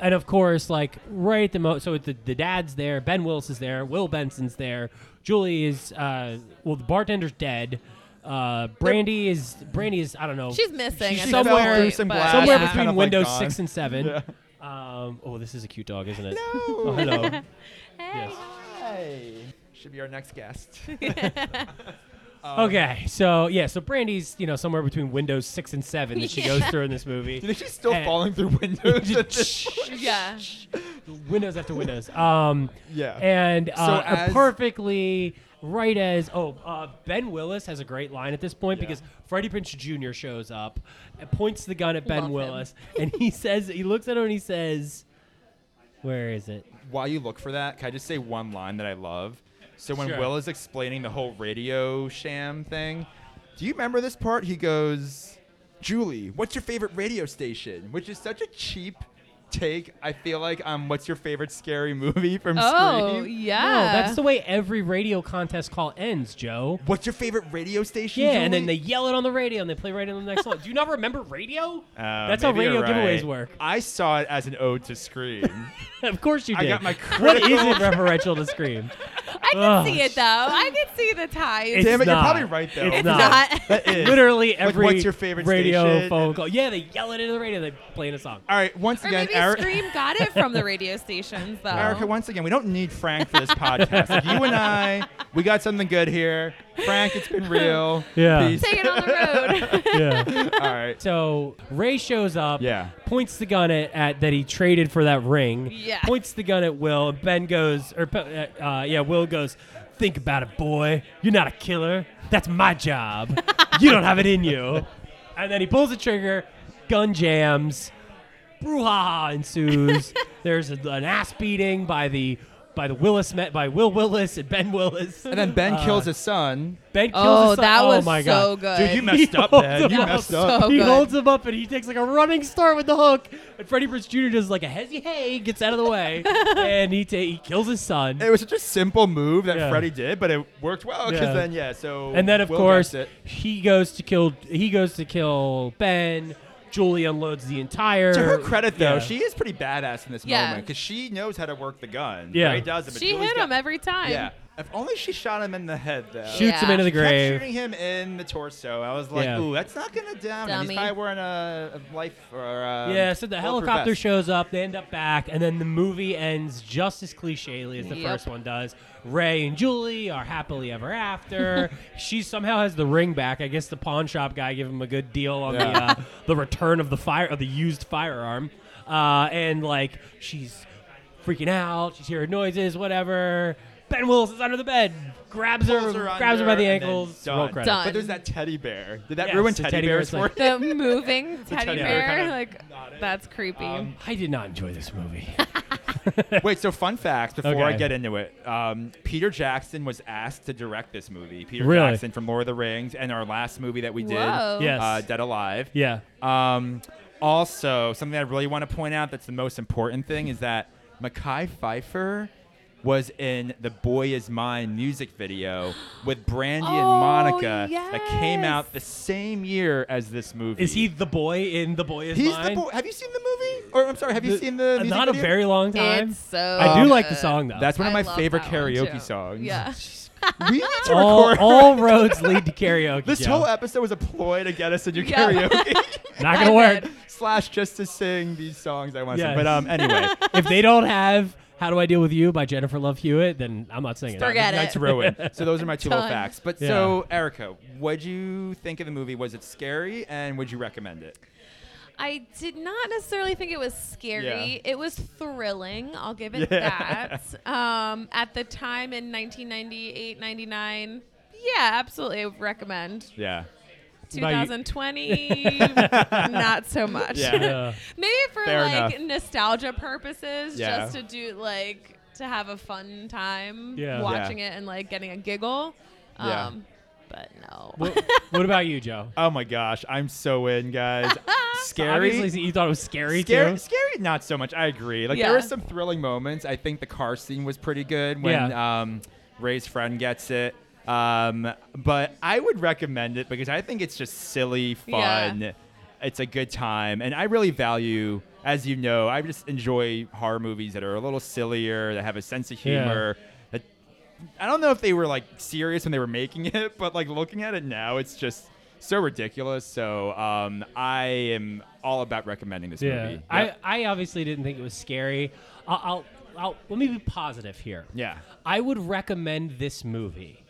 and of course, like right at the moment, so the, the dad's there, Ben Willis is there, Will Benson's there, Julie is, uh, well, the bartender's dead. Uh, Brandy is, Brandy is, I don't know. She's missing. She's at this fell somewhere- point, through some but- glass. *laughs* somewhere Yeah. between Kind of, like, Windows gone. 6 and 7. Um, oh, this is a cute dog, isn't it? *laughs* Oh, *laughs* Um, hello. Yes. Should be our next guest. *laughs* Okay, so yeah, so Brandy's you know somewhere between Windows six and seven that she goes through in this movie. Do *laughs* you think she's still And- falling through *laughs* windows? at this point? Yeah. windows after windows. Um, Yeah. and uh, a as- perfectly right as oh uh, Ben Willis has a great line at this point because Freddie Prince Jr. shows up, and points the gun at Ben Love him. Willis, and he *laughs* says he looks at him and he says, "Where is it?" While you look for that, can I just say one line that I love? So when Sure. Will is explaining the whole radio sham thing, do you remember this part? He goes, "Julie, what's your favorite radio station?" Which is such a cheap take. I feel like on what's your favorite scary movie from Oh, Scream. yeah. No, that's the way every radio contest call ends, Joe. What's your favorite radio station? Yeah, and then they Julie?" yell it on the radio and they play right in the next song. Do you not remember radio? *laughs* Uh, That's how maybe radio you're giveaways right. work. *laughs* I saw it as an ode to Scream. of course you did. I got my *laughs* *laughs* what critical. isn't referential to Scream? I can Ugh. see it though. I can see the ties. It's Damn it, not. you're probably right though. It's It's not. not. *laughs* Literally every what's your favorite radio station? phone call. Yeah, they yell it into the radio. They playing a *laughs* song. All right, once or again, maybe Eric. Scream got it from the radio stations though. Erica, once again, we don't need Frank for this podcast. Like, you and I, we got something good here. Frank, it's been real. *laughs* Yeah. Peace. Take *laughs* it on the road. Yeah. All right. *laughs* so Ray shows up. Yeah. Points the gun at, at that he traded for that ring. Yeah. Points the gun at Will. and Ben goes, or uh, uh, yeah, Will goes. Think about it, boy. You're not a killer. That's my *laughs* job. you don't have it in you. And then he pulls the trigger. Gun jams. *laughs* brouhaha ensues. There's a, an ass beating by the by the Willis met by Will Willis and Ben Willis. And then Uh, Ben kills his son. Ben kills Oh, his son. that oh was my so God. good. Dude, *laughs* you messed up, holds Ben. You him messed up. up. So he good. holds him up and he takes like a running start with the hook. And Freddie Prinze Jr. does like a hezzy hey, gets out of the *laughs* way, and he ta- he kills his son. It was such a simple move that Yeah. Freddy did, but it worked well because Yeah. then, yeah, so. and then of Will course gets it. he goes to kill he goes to kill Ben. Julie unloads the entire. To her credit, though, Yeah. she is pretty badass in this Yeah. moment because she knows how to work the gun. Yeah. Ray does it, but she Julie's hit got- him eh? every time. Yeah. If only she shot him in the head, though. shoots him Yeah. into the She kept grave. shooting him in the torso. I was like, Yeah. ooh, that's not gonna down him. Dummy. He's probably wearing a, a life or a Yeah, so the bulletproof helicopter vest. shows up, they end up back, and then the movie ends just as cliche as the Yep. first one does. Ray and Julie are happily *laughs* ever after. she somehow has the ring back. I guess the pawn shop guy gave him a good deal on Yeah. the uh, the return of the fire of the used firearm, uh, and like she's freaking out. She's hearing noises, whatever. Ben Willis is under the bed, grabs her, Pulls her grabs her by under, the and then ankles. done. Roll credits. Done. But there's that teddy bear. Did that Yes, ruin the teddy, teddy bears bear's for like- you? *laughs* The moving teddy teddy bear, bear Um, kinda like that's creepy. I did not enjoy this movie. *laughs* Wait, so fun fact before I Okay. get into it. Um, Peter Jackson was asked to direct this movie. Peter Really? Jackson from Lord of the Rings and our last movie that we did, Whoa. Yes. uh, Dead Alive. yeah. Um, also, something I really want to point out that's the most important thing is that Mackay Pfeiffer was in the Boy Is Mine music video with Brandy and Oh, Monica that came out yes. the same year as this movie. Is he the boy in The Boy Is He's Mine? the boy. Have you seen the movie? Or I'm sorry, have you The- seen the uh, music Not a video? very long time. It's so. I do like the good. song though. That's one of I my love favorite that one, too. karaoke songs. Yeah. *laughs* we need to all, record. *laughs* all roads *laughs* lead to karaoke. this Joe. whole episode was a ploy to get us to do Yeah. karaoke *laughs* not I gonna work. did. slash just to sing these songs I want to Yes. sing. But um, *laughs* anyway, If they don't have "How Do I Deal with You" by Jennifer Love Hewitt, then I'm not singing. it. Forget Night's it. ruined. *laughs* So those are my two little Done. facts. But Yeah. so Erica, what'd you think of the movie? Was it scary, and would you recommend it? I did not necessarily think it was scary. It was thrilling. I'll give it Yeah. *laughs* that. Um, at the time in 1998, 99, yeah, absolutely I would recommend. Yeah. *laughs* 2020, not so much. Yeah. *laughs* Yeah. *laughs* Maybe for Fair like enough. nostalgia purposes, Yeah. just to do like to have a fun time Yeah. watching Yeah. it and like getting a giggle. Um, Yeah. But no. what, what about you, Joe? Oh my gosh, I'm so in, guys. Scary. Obviously, you thought it was scary, Scary, too. scary, not so much. I agree. Like Yeah. there were some thrilling moments. I think the car scene was pretty good when Yeah. um, Ray's friend gets it. Um, but I would recommend it because I think it's just silly, Yeah. fun. It's a good time, and I really value, as you know, I just enjoy horror movies that are a little sillier, that have a sense of Yeah. humor. That I don't know if they were like serious when they were making it, *laughs* but like looking at it now, it's just so ridiculous. So um, I am all about recommending this Yeah, movie. Yep. I, I obviously didn't think it was scary. I'll, I'll, I'll let me be positive here. Yeah. I would recommend this movie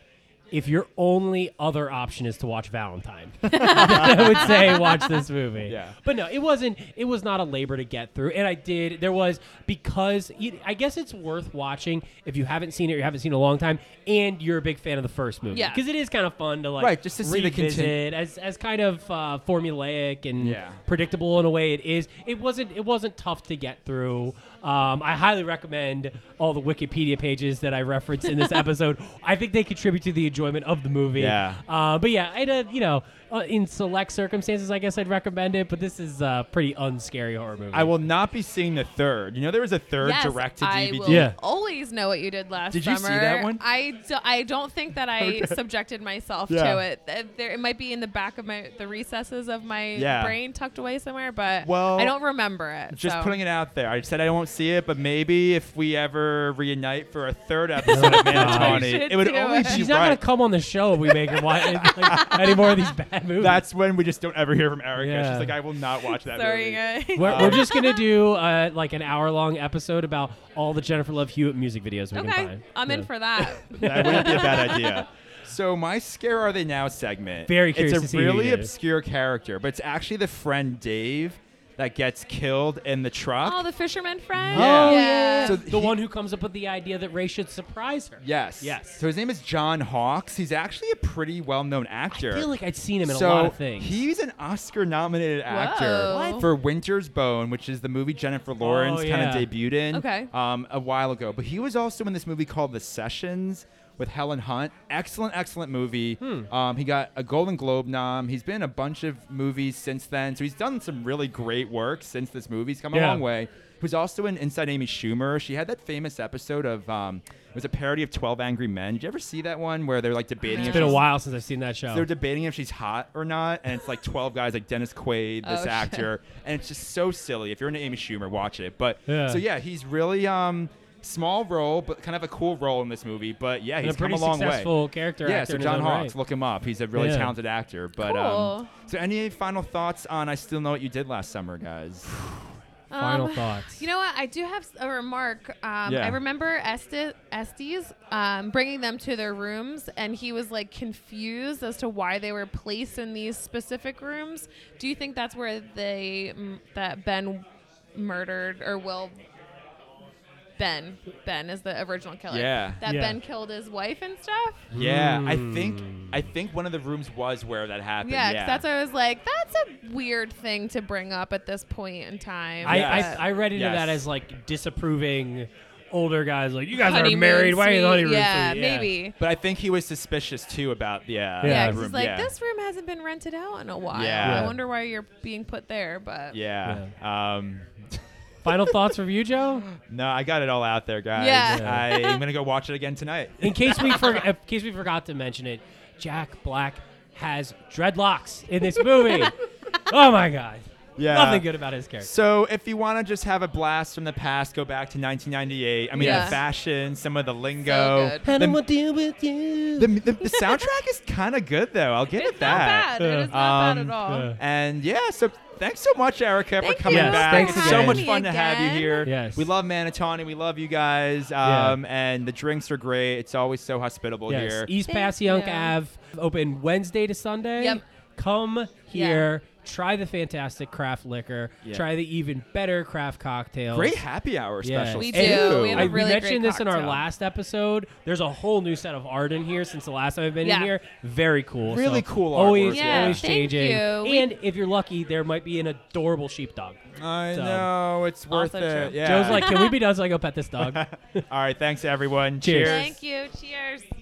if your only other option is to watch Valentine. *laughs* I would say watch this movie. Yeah. But no, it wasn't. It was not a labor to get through, and I did. There was because you- I guess it's worth watching if you haven't seen it, or you haven't seen it in a long time, and you're a big fan of the first movie. Yeah. Because it is kind of fun to like Right, just to see the revisit continu- as as kind of uh, formulaic and Yeah. predictable in a way it is. It wasn't it wasn't tough to get through. Um, I highly recommend all the Wikipedia pages that I referenced *laughs* in this episode. I think they contribute to the enjoyment of the movie. Yeah. Uh, but yeah, I uh, you know uh, in select circumstances, I guess I'd recommend it. But this is a pretty unscary horror movie. I will not be seeing the third. You know, there was a third Yes, direct to I DVD. will Yeah. always know what you did last Did you summer. see that one? I, do, I don't think that I subjected myself Yeah. to it. Uh, There, it might be in the back of my the recesses of my Yeah. brain tucked away somewhere, but Well, I don't remember it. Just so. putting it out there. I said I won't see it, but maybe if we ever reunite for a third *laughs* episode of Manatoni, should it would do only it. be She's not gonna right. come on the show if we *laughs* make her watch like, any more of these bad movies. That's when we just don't ever hear from Erica. Yeah. She's like, I will not watch that Sorry, movie. guys. *laughs* We're, we're just gonna do uh, like an hour long episode about all the Jennifer Love Hewitt music videos we can *laughs* Okay, find. I'm in Yeah. for that. *laughs* That wouldn't be a bad idea. *laughs* So my scare are they now segment. Very curious It's to a see who really it is. obscure character, but it's actually the friend Dave that gets killed in the truck. Oh, the fisherman friend. Yeah. Oh, yeah. So the he- one who comes up with the idea that Ray should surprise her. Yes. Yes. So his name is John Hawks. He's actually a pretty well-known actor. I feel like I'd seen him in so a lot of things. he's an Oscar-nominated actor Whoa. What? for *Winter's Bone*, which is the movie Jennifer Lawrence Oh, yeah. kind of debuted in Okay. um, a while ago. But he was also in this movie called *The Sessions* with Helen Hunt. Excellent, excellent movie. Hmm. Um, he got a Golden Globe nom. He's been in a bunch of movies since then, so he's done some really great work since this movie. He's come a Yeah. long way. He was also in Inside Amy Schumer. She had that famous episode of um, it was a parody of Twelve Angry Men. Did you ever see that one where they're like debating? It's if it's been a she's- while since I've seen that show. they're debating if she's hot or not, and it's like 12 guys, like Dennis Quaid, Oh, this *laughs* shit. actor, and it's just so silly. If you're into Amy Schumer, watch it. But Yeah. so yeah, he's really um small role, but kind of a cool role in this movie. But yeah, And he's a come pretty a long way. successful character. Yeah, actor so in his John own Hawks, right. look him up. He's a really Yeah. talented actor. But um, Cool. so any final thoughts on I Still Know What You Did Last Summer, guys? Hmm. Final Um, thoughts. You know what? I do have s- a remark. Um, Yeah. I remember Estes, Estes um, bringing them to their rooms, and he was like confused as to why they were placed in these specific rooms. Do you think that's where they m- that Ben murdered or will? Ben, Ben is the original killer. Yeah. that Yeah. Ben killed his wife and stuff. Yeah, I think I think one of the rooms was where that happened. Yeah, Yeah, 'cause that's what I was like. That's a weird thing to bring up at this point in time. I, Yes. I, I read into Yes. that as like disapproving older guys. Like you guys are Honeymoon married. Why are you in the suite. honeymoon Yeah, suite?" maybe. but I think he was suspicious too about the uh, Yeah. Yeah, the 'cause room. he's like, yeah. this room hasn't been rented out in a while. Yeah. I wonder why you're being put there, but Yeah. Um, Final thoughts from you, Joe. No, I got it all out there, guys. Yeah. I am gonna go watch it again tonight. In case we for, in case we forgot to mention it, Jack Black has dreadlocks in this *laughs* movie. oh my god. Yeah. Nothing good about his character. So if you want to just have a blast from the past, go back to 1998. I mean, Yeah. the fashion, some of the lingo. good. And The- I'm gonna deal with you. The, the, the soundtrack is kind of good though. I'll give it's it not that. bad. It is not Um, bad at all. yeah. And yeah, so thanks so much, Erica, Thank for coming you Yes, back. thanks it's again. so much Me fun to have you again. here. Yes. We love Manitani. We love you guys. Yeah. Um, And the drinks are great. It's always so hospitable Yes, here. East Thank Passyunk you. Ave, open Wednesday to Sunday. Yep. Come here, Try the fantastic craft liquor. Yeah. Try the even better craft cocktails. Great happy hour Yeah. specials. We too. do. We have I, a really we mentioned great this in our cocktail. last episode. There's a whole new set of art in here since the last time I've been in Yeah. here. Very cool. Really So cool Always, artwork, yeah. always Yeah, thank changing. you. We- And if you're lucky, there might be an adorable sheepdog. I So- know it's worth Also it. true. Yeah. *laughs* Joe's like, can we be done so I go pet this dog? all right, thanks everyone. Cheers. Cheers. Thank you. Cheers.